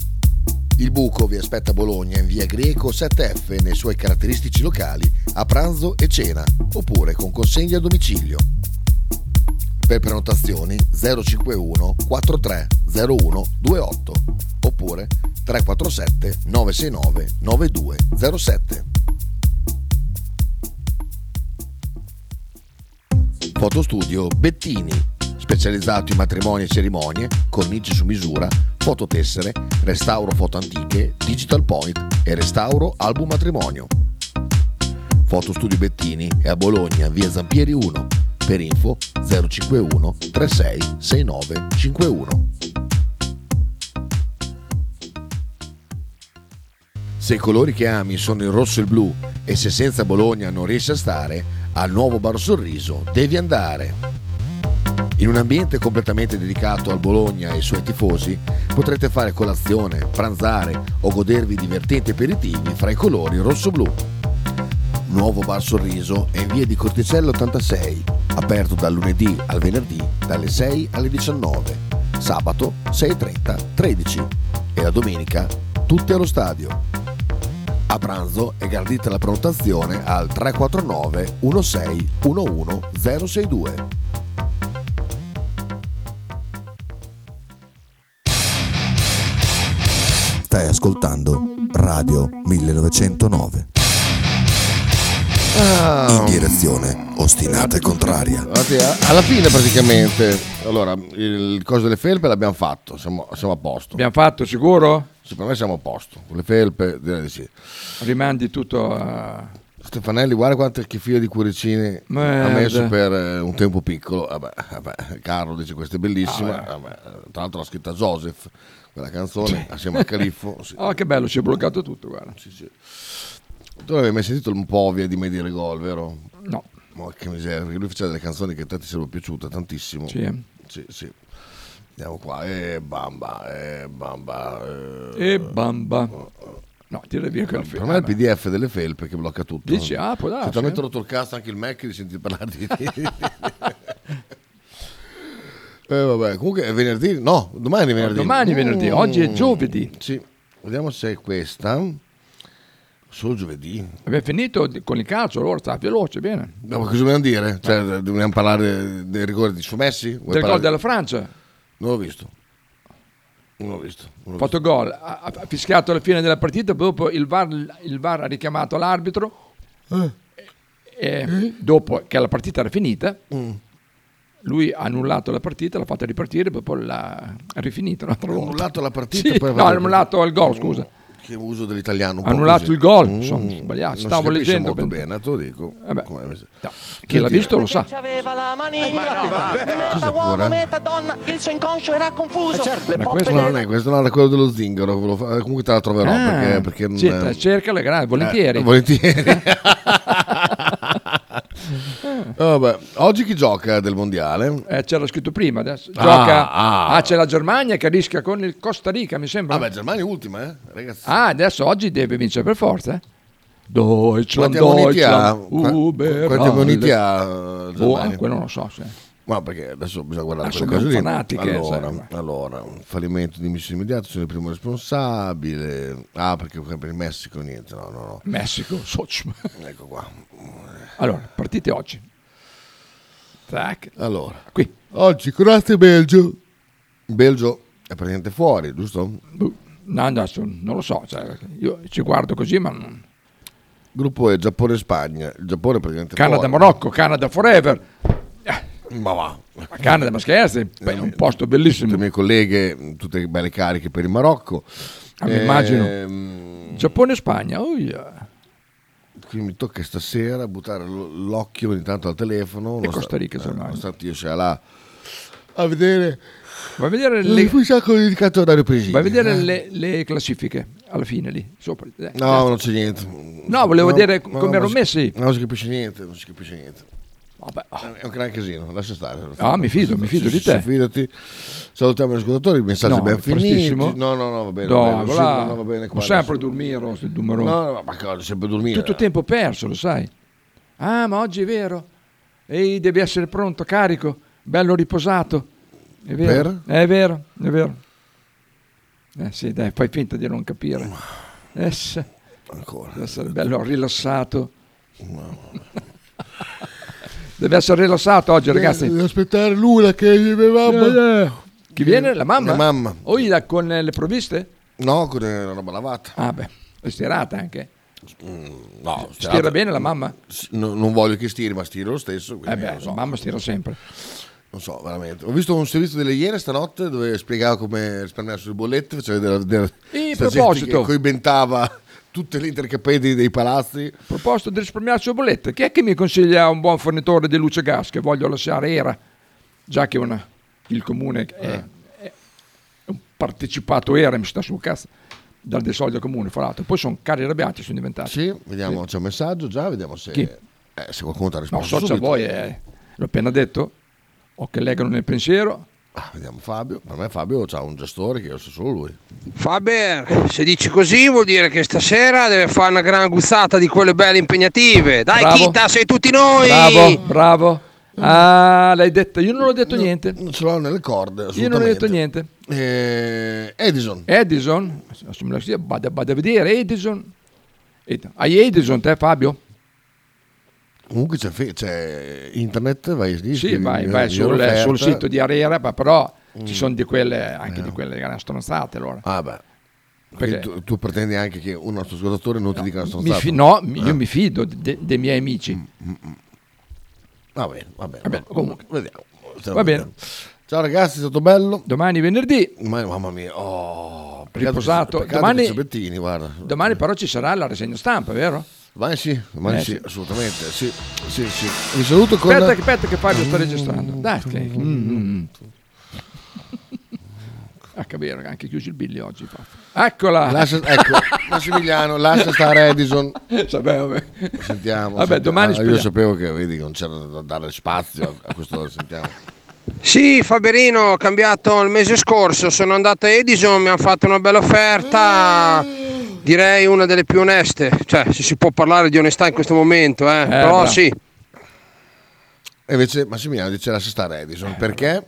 [SPEAKER 1] Il buco vi aspetta a Bologna in via Greco 7F nei suoi caratteristici locali a pranzo e cena, oppure con consegne a domicilio. Per prenotazioni 051 4301 28 oppure 347 969 9207. Fotostudio Bettini, specializzato in matrimoni e cerimonie, cornici su misura, fototessere, restauro foto antiche, digital point e restauro album matrimonio. Fotostudio Bettini è a Bologna, via Zampieri 1, per info 051 36 69 51.
[SPEAKER 22] Se i colori che ami sono il rosso e il blu e se senza Bologna non riesci a stare, al nuovo Bar Sorriso devi andare. In un ambiente completamente dedicato al Bologna e ai suoi tifosi potrete fare colazione, pranzare o godervi divertenti aperitivi fra i colori rosso-blu. Nuovo Bar Sorriso è in via di Corticello 86, aperto dal lunedì al venerdì dalle 6 alle 19, sabato 6.30 13 e la domenica tutti allo stadio. A pranzo è gardita la prenotazione al 349 16 11 062.
[SPEAKER 6] Stai ascoltando Radio 1909.
[SPEAKER 22] Ah.
[SPEAKER 6] In direzione ostinata e contraria.
[SPEAKER 1] Guardate, a- Alla fine praticamente, allora, il coso delle felpe l'abbiamo fatto, siamo, siamo a posto.
[SPEAKER 2] Abbiamo fatto sicuro?
[SPEAKER 1] Secondo me siamo a posto, con le felpe direi di sì.
[SPEAKER 2] Rimandi tutto a...
[SPEAKER 1] Stefanelli, guarda quante che file di cuoricini
[SPEAKER 2] Merda.
[SPEAKER 1] ha messo per eh, un tempo piccolo. Vabbè, vabbè, Carlo dice questa è bellissima.
[SPEAKER 2] Ah,
[SPEAKER 1] Vabbè, Tra l'altro l'ha scritta Joseph, quella canzone, assieme al Califfo.
[SPEAKER 2] [laughs]
[SPEAKER 1] Sì.
[SPEAKER 2] Oh, che bello, ci è bloccato tutto, guarda.
[SPEAKER 1] Tu non avevi mai sentito un povia di Medi Regol, vero?
[SPEAKER 2] No.
[SPEAKER 1] Ma che miseria, perché lui faceva delle canzoni che a te ti sarebbero piaciute tantissimo.
[SPEAKER 2] Sì, eh.
[SPEAKER 1] Sì, sì. Andiamo qua, e bamba, e bamba.
[SPEAKER 2] E bamba.
[SPEAKER 1] Oh,
[SPEAKER 2] No, tira via quel
[SPEAKER 1] Per me è il PDF delle felpe che blocca tutto.
[SPEAKER 2] Eh, Dici, ah, può darsi,
[SPEAKER 1] Se ti
[SPEAKER 2] eh.
[SPEAKER 1] hanno rotto il cazzo anche il Mac di sentire parlare
[SPEAKER 2] [laughs]
[SPEAKER 1] di... Eh, vabbè, comunque è venerdì, no, domani è venerdì.
[SPEAKER 2] Ah,
[SPEAKER 1] Mm,
[SPEAKER 2] domani è venerdì, oggi è giovedì.
[SPEAKER 1] Sì, vediamo se è questa. Solo giovedì.
[SPEAKER 2] Abbiamo finito di- con il calcio, allora sta veloce, bene.
[SPEAKER 1] No, ma cosa dobbiamo dire? Cioè, dobbiamo parlare del rigore di su Messi? Vuoi
[SPEAKER 2] Eh. Del gol
[SPEAKER 1] parlare-
[SPEAKER 2] della Francia.
[SPEAKER 1] Non l'ho visto. Non l'ho visto. non l'ho
[SPEAKER 2] Fatto gol, ha, ha fischiato alla fine della partita, poi dopo il VAR, il VAR ha richiamato l'arbitro e dopo che la partita era finita, lui ha annullato la partita, l'ha fatta ripartire, poi poi l'ha rifinita un'altra
[SPEAKER 1] Ha
[SPEAKER 2] volta.
[SPEAKER 1] annullato la partita,
[SPEAKER 2] Sì,
[SPEAKER 1] poi
[SPEAKER 2] no,
[SPEAKER 1] va-
[SPEAKER 2] ha annullato il gol, scusa.
[SPEAKER 1] visto. Che uso dell'italiano. un
[SPEAKER 2] Ha
[SPEAKER 1] po'
[SPEAKER 2] annullato
[SPEAKER 1] così. Mm,
[SPEAKER 2] il gol, insomma, sbagliato,
[SPEAKER 1] Non si
[SPEAKER 2] stavo
[SPEAKER 1] capisce
[SPEAKER 2] leggendo
[SPEAKER 1] molto
[SPEAKER 2] bene.
[SPEAKER 1] bene, te lo dico.
[SPEAKER 2] Eh,
[SPEAKER 1] Come-
[SPEAKER 2] Chi l'ha visto lo sa.
[SPEAKER 1] Cosa ancora?
[SPEAKER 23] donna, il suo inconscio era
[SPEAKER 2] Eh,
[SPEAKER 23] confuso.
[SPEAKER 2] certo.
[SPEAKER 1] Ma questo non è questo, no, era quello dello zingaro. ve lo fa- eh, Comunque te la troverò
[SPEAKER 2] Ah,
[SPEAKER 1] perché, perché non-
[SPEAKER 2] sì, te- cercala, grazie, volentieri.
[SPEAKER 1] Eh,
[SPEAKER 2] [laughs]
[SPEAKER 1] volentieri. Vabbè, oggi chi gioca del mondiale?
[SPEAKER 2] Eh, c'era scritto prima adesso.
[SPEAKER 1] Ah,
[SPEAKER 2] Gioca.
[SPEAKER 1] ah.
[SPEAKER 2] Ah, c'è la Germania che rischia con il Costa Rica, mi sembra.
[SPEAKER 1] Vabbè, Germania è ultima, eh? Ragazzi.
[SPEAKER 2] Ah, adesso oggi deve vincere per forza. eh. Deutschland,
[SPEAKER 1] Quanti ammoniti ha?
[SPEAKER 2] Deutschland,
[SPEAKER 1] Qua-
[SPEAKER 2] Uber, Ah,
[SPEAKER 1] Quanti ammoniti
[SPEAKER 2] alle-
[SPEAKER 1] ha? eh,
[SPEAKER 2] Boh, ah,
[SPEAKER 1] Germania?
[SPEAKER 2] quello non lo so. se-
[SPEAKER 1] Ma perché adesso bisogna guardare
[SPEAKER 2] Ah,
[SPEAKER 1] quelle
[SPEAKER 2] sono
[SPEAKER 1] cose lì.
[SPEAKER 2] fanatiche,
[SPEAKER 1] Allora,
[SPEAKER 2] sai.
[SPEAKER 1] allora, un fallimento di missione immediato, sono il primo responsabile. Ah, perché per il Messico niente, no, no, no.
[SPEAKER 2] [laughs] Messico, Sochma.
[SPEAKER 1] Ecco qua.
[SPEAKER 2] Allora, partite oggi. Tac.
[SPEAKER 1] Allora,
[SPEAKER 2] qui.
[SPEAKER 1] Oggi Croazia e Belgio. Belgio è praticamente fuori, giusto?
[SPEAKER 2] boh, No, adesso non lo so, cioè, io ci guardo così, ma non-
[SPEAKER 1] Gruppo è Giappone e Spagna. Il Giappone è praticamente
[SPEAKER 2] Canada,
[SPEAKER 1] fuori.
[SPEAKER 2] Marocco, Canada forever.
[SPEAKER 1] Ma va.
[SPEAKER 2] Ma Canada, ma scherzi? Beh, è un posto bellissimo.
[SPEAKER 1] Le mie colleghe, tutte belle cariche per il Marocco.
[SPEAKER 2] Ah, mi immagino.
[SPEAKER 1] Ehm,
[SPEAKER 2] Giappone e Spagna, oh, yeah.
[SPEAKER 1] Quindi mi tocca stasera buttare l- l'occhio ogni tanto al telefono.
[SPEAKER 2] E
[SPEAKER 1] Non
[SPEAKER 2] Costa Rica,
[SPEAKER 1] eh,
[SPEAKER 2] Germania.
[SPEAKER 1] nonostante io sia là a vedere.
[SPEAKER 2] Vai a vedere
[SPEAKER 1] Le...
[SPEAKER 2] le,
[SPEAKER 1] Qui c'è con l'indicatore Dario Presini.
[SPEAKER 2] vai a vedere
[SPEAKER 1] Eh.
[SPEAKER 2] le, le classifiche alla fine lì. Sopra. Eh,
[SPEAKER 1] No, non c'è niente.
[SPEAKER 2] No, volevo vedere
[SPEAKER 1] no,
[SPEAKER 2] come
[SPEAKER 1] non
[SPEAKER 2] ero
[SPEAKER 1] si-
[SPEAKER 2] messi.
[SPEAKER 1] No, non si capisce niente, non si capisce niente.
[SPEAKER 2] oh.
[SPEAKER 1] È un gran casino, lascia stare.
[SPEAKER 2] Ah, mi fido, mi fido
[SPEAKER 1] Sì,
[SPEAKER 2] di
[SPEAKER 1] sì,
[SPEAKER 2] te.
[SPEAKER 1] sì, Fidati. Salutiamo gli ascoltatori, il messaggio
[SPEAKER 2] No,
[SPEAKER 1] è ben
[SPEAKER 2] è prestissimo.
[SPEAKER 1] finito. No, no, no, va bene.
[SPEAKER 2] No,
[SPEAKER 1] va bene,
[SPEAKER 2] voilà.
[SPEAKER 1] sì, no, va bene qua
[SPEAKER 2] Non sempre
[SPEAKER 1] adesso.
[SPEAKER 2] dormire, sto
[SPEAKER 1] No,
[SPEAKER 2] numero.
[SPEAKER 1] no, ma cosa, sempre dormire.
[SPEAKER 2] Tutto tempo perso, lo sai. Ah, ma oggi è vero. Ehi, devi essere pronto, carico, bello riposato. È vero. È vero, è vero. Eh sì, dai, fai finta di non capire. Eh, sì.
[SPEAKER 1] Ancora.
[SPEAKER 2] Deve essere bello rilassato. [laughs] Deve essere rilassato oggi, ragazzi.
[SPEAKER 1] Devo aspettare l'una che mi mamma.
[SPEAKER 2] Eh, eh. Chi viene? La mamma?
[SPEAKER 1] La mamma.
[SPEAKER 2] O ida con eh, le provviste?
[SPEAKER 1] No, con eh, la roba lavata.
[SPEAKER 2] Ah beh, è stirata anche.
[SPEAKER 1] No,
[SPEAKER 2] Stira bene la mamma?
[SPEAKER 1] S- no, non voglio che stiri, ma stiro lo stesso.
[SPEAKER 2] Eh
[SPEAKER 1] quindi
[SPEAKER 2] beh,
[SPEAKER 1] non so.
[SPEAKER 2] la mamma stira sempre.
[SPEAKER 1] Non so, veramente. Ho visto un servizio delle iere stanotte dove spiegava come risparmiare sulle bollette. Faceva vedere, vedere
[SPEAKER 2] E
[SPEAKER 1] sta gente
[SPEAKER 2] proposito.
[SPEAKER 1] Che coibentava tutte le intercapedine dei palazzi.
[SPEAKER 2] A proposito di risparmiarsi le bollette, chi è che mi consiglia un buon fornitore di luce e gas che voglio lasciare era? Già che una-
[SPEAKER 1] Eh.
[SPEAKER 2] il comune è, è un partecipato era, mi sta sul cazzo. dal desolio comune, fra l'altro. Poi sono carri arrabbiati, sono diventati.
[SPEAKER 1] Sì, vediamo, c'è un messaggio già, vediamo se,
[SPEAKER 2] Chi?
[SPEAKER 1] eh, se qualcuno ti ha
[SPEAKER 2] No,
[SPEAKER 1] risposto.
[SPEAKER 2] social
[SPEAKER 1] subito.
[SPEAKER 2] boy è, l'ho appena detto, o che leggono nel pensiero.
[SPEAKER 1] Ah, vediamo Fabio, per me Fabio ha un gestore che io so solo lui.
[SPEAKER 2] Eh,
[SPEAKER 13] Faber, se dici così vuol dire che stasera deve fare una gran guzzata di quelle belle impegnative. Dai,
[SPEAKER 2] Bravo.
[SPEAKER 13] Kita, sei tutti noi!
[SPEAKER 2] Bravo, bravo. Ah, l'hai detto, io non ho detto niente.
[SPEAKER 1] Non ce l'ho nelle corde. Eh,
[SPEAKER 2] Io non ho detto niente.
[SPEAKER 1] Edison.
[SPEAKER 2] Edison, assomiglia così, vado, vado a vedere Edison. Ed- Hai Edison te Fabio?
[SPEAKER 1] Comunque c'è, fe- c'è internet, vai,
[SPEAKER 2] Sì,
[SPEAKER 1] iscriviti,
[SPEAKER 2] vai,
[SPEAKER 1] miglior-
[SPEAKER 2] vai
[SPEAKER 1] miglior
[SPEAKER 2] sul,
[SPEAKER 1] eh,
[SPEAKER 2] eh,
[SPEAKER 1] offerta.
[SPEAKER 2] sul sito di Arera, ma però
[SPEAKER 1] Mm. Eh.
[SPEAKER 2] ci sono di quelle, anche di quelle che erano stronzate allora.
[SPEAKER 1] Ah beh,
[SPEAKER 2] Perché-
[SPEAKER 1] Quindi tu, tu pretendi anche che un nostro ascoltatore non ti dica la
[SPEAKER 2] Mi
[SPEAKER 1] stronzata?
[SPEAKER 2] fi- no, mi-
[SPEAKER 1] Eh. Mm.
[SPEAKER 2] io mi fido de- de- dei miei amici.
[SPEAKER 1] Va bene, va bene.
[SPEAKER 2] Va bene, comunque.
[SPEAKER 1] Vediamo.
[SPEAKER 2] Va bene.
[SPEAKER 1] Ciao ragazzi, è stato bello.
[SPEAKER 2] Domani venerdì.
[SPEAKER 1] mamma mia, oh, peccato
[SPEAKER 2] riposato.
[SPEAKER 1] che- peccato
[SPEAKER 2] Domani-
[SPEAKER 1] che c'è Bettini, guarda.
[SPEAKER 2] Domani però ci sarà la rassegna stampa, vero?
[SPEAKER 1] Domani sì, domani
[SPEAKER 2] Eh,
[SPEAKER 1] sì,
[SPEAKER 2] sì.
[SPEAKER 1] assolutamente, sì, sì, sì. Vi saluto con... Mm.
[SPEAKER 2] Aspetta, che- aspetta che Fabio sta registrando. Dai, che... Mm. Ah, che vero, che ha anche chiuso il Billy oggi. fa. Eccola! [laughs]
[SPEAKER 1] Lascia- ecco, Massimiliano, lascia stare Edison.
[SPEAKER 2] Vabbè, vabbè.
[SPEAKER 1] Sentiamo.
[SPEAKER 2] Vabbè,
[SPEAKER 1] sentiamo.
[SPEAKER 2] domani
[SPEAKER 1] Ah,
[SPEAKER 2] speriamo.
[SPEAKER 1] Io sapevo che vedi che non c'era da dare spazio a questo... sentiamo.
[SPEAKER 13] Sì, Faberino, ho cambiato il mese scorso, sono andato a Edison, mi hanno fatto una bella offerta, direi una delle più oneste, cioè se si può parlare di onestà in questo momento, eh. però
[SPEAKER 1] bravo.
[SPEAKER 13] sì.
[SPEAKER 1] E invece Massimiliano dice lascia stare
[SPEAKER 2] Eh,
[SPEAKER 1] Edison, perché?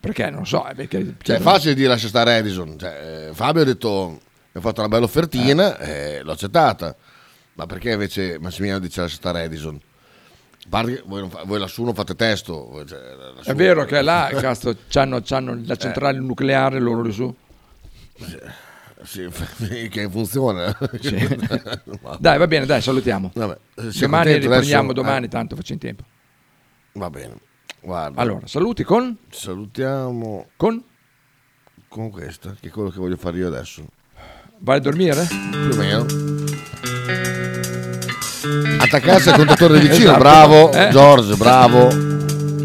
[SPEAKER 2] Perché non so, eh, perché...
[SPEAKER 1] Cioè, è facile dire lascia stare Edison. Cioè, eh, Fabio ha detto: mi ha fatto una bella offertina, eh, l'ho accettata. Ma perché invece Massimiliano dice lascia stare Edison? A parte che voi, non fa- voi lassù non fate testo. voi, cioè, lassù-
[SPEAKER 2] È vero che là, cazzo, c'hanno, c'hanno la centrale nucleare loro lì su.
[SPEAKER 1] Sì, [laughs] che funziona.
[SPEAKER 2] Sì. dai, va bene, dai, salutiamo.
[SPEAKER 1] [laughs] Vabbè, eh, sei
[SPEAKER 2] domani
[SPEAKER 1] contento
[SPEAKER 2] riprendiamo
[SPEAKER 1] adesso?
[SPEAKER 2] domani,
[SPEAKER 1] Eh.
[SPEAKER 2] tanto faccio in tempo.
[SPEAKER 1] Va bene. Guarda.
[SPEAKER 2] Allora, saluti con...
[SPEAKER 1] Salutiamo
[SPEAKER 2] con?
[SPEAKER 1] con questa, che è quello che voglio fare io adesso.
[SPEAKER 2] Vai a dormire?
[SPEAKER 1] Più o meno. Attaccarsi al contatore di vicino,
[SPEAKER 2] Esatto.
[SPEAKER 1] bravo
[SPEAKER 2] Eh?
[SPEAKER 1] Giorgio, bravo.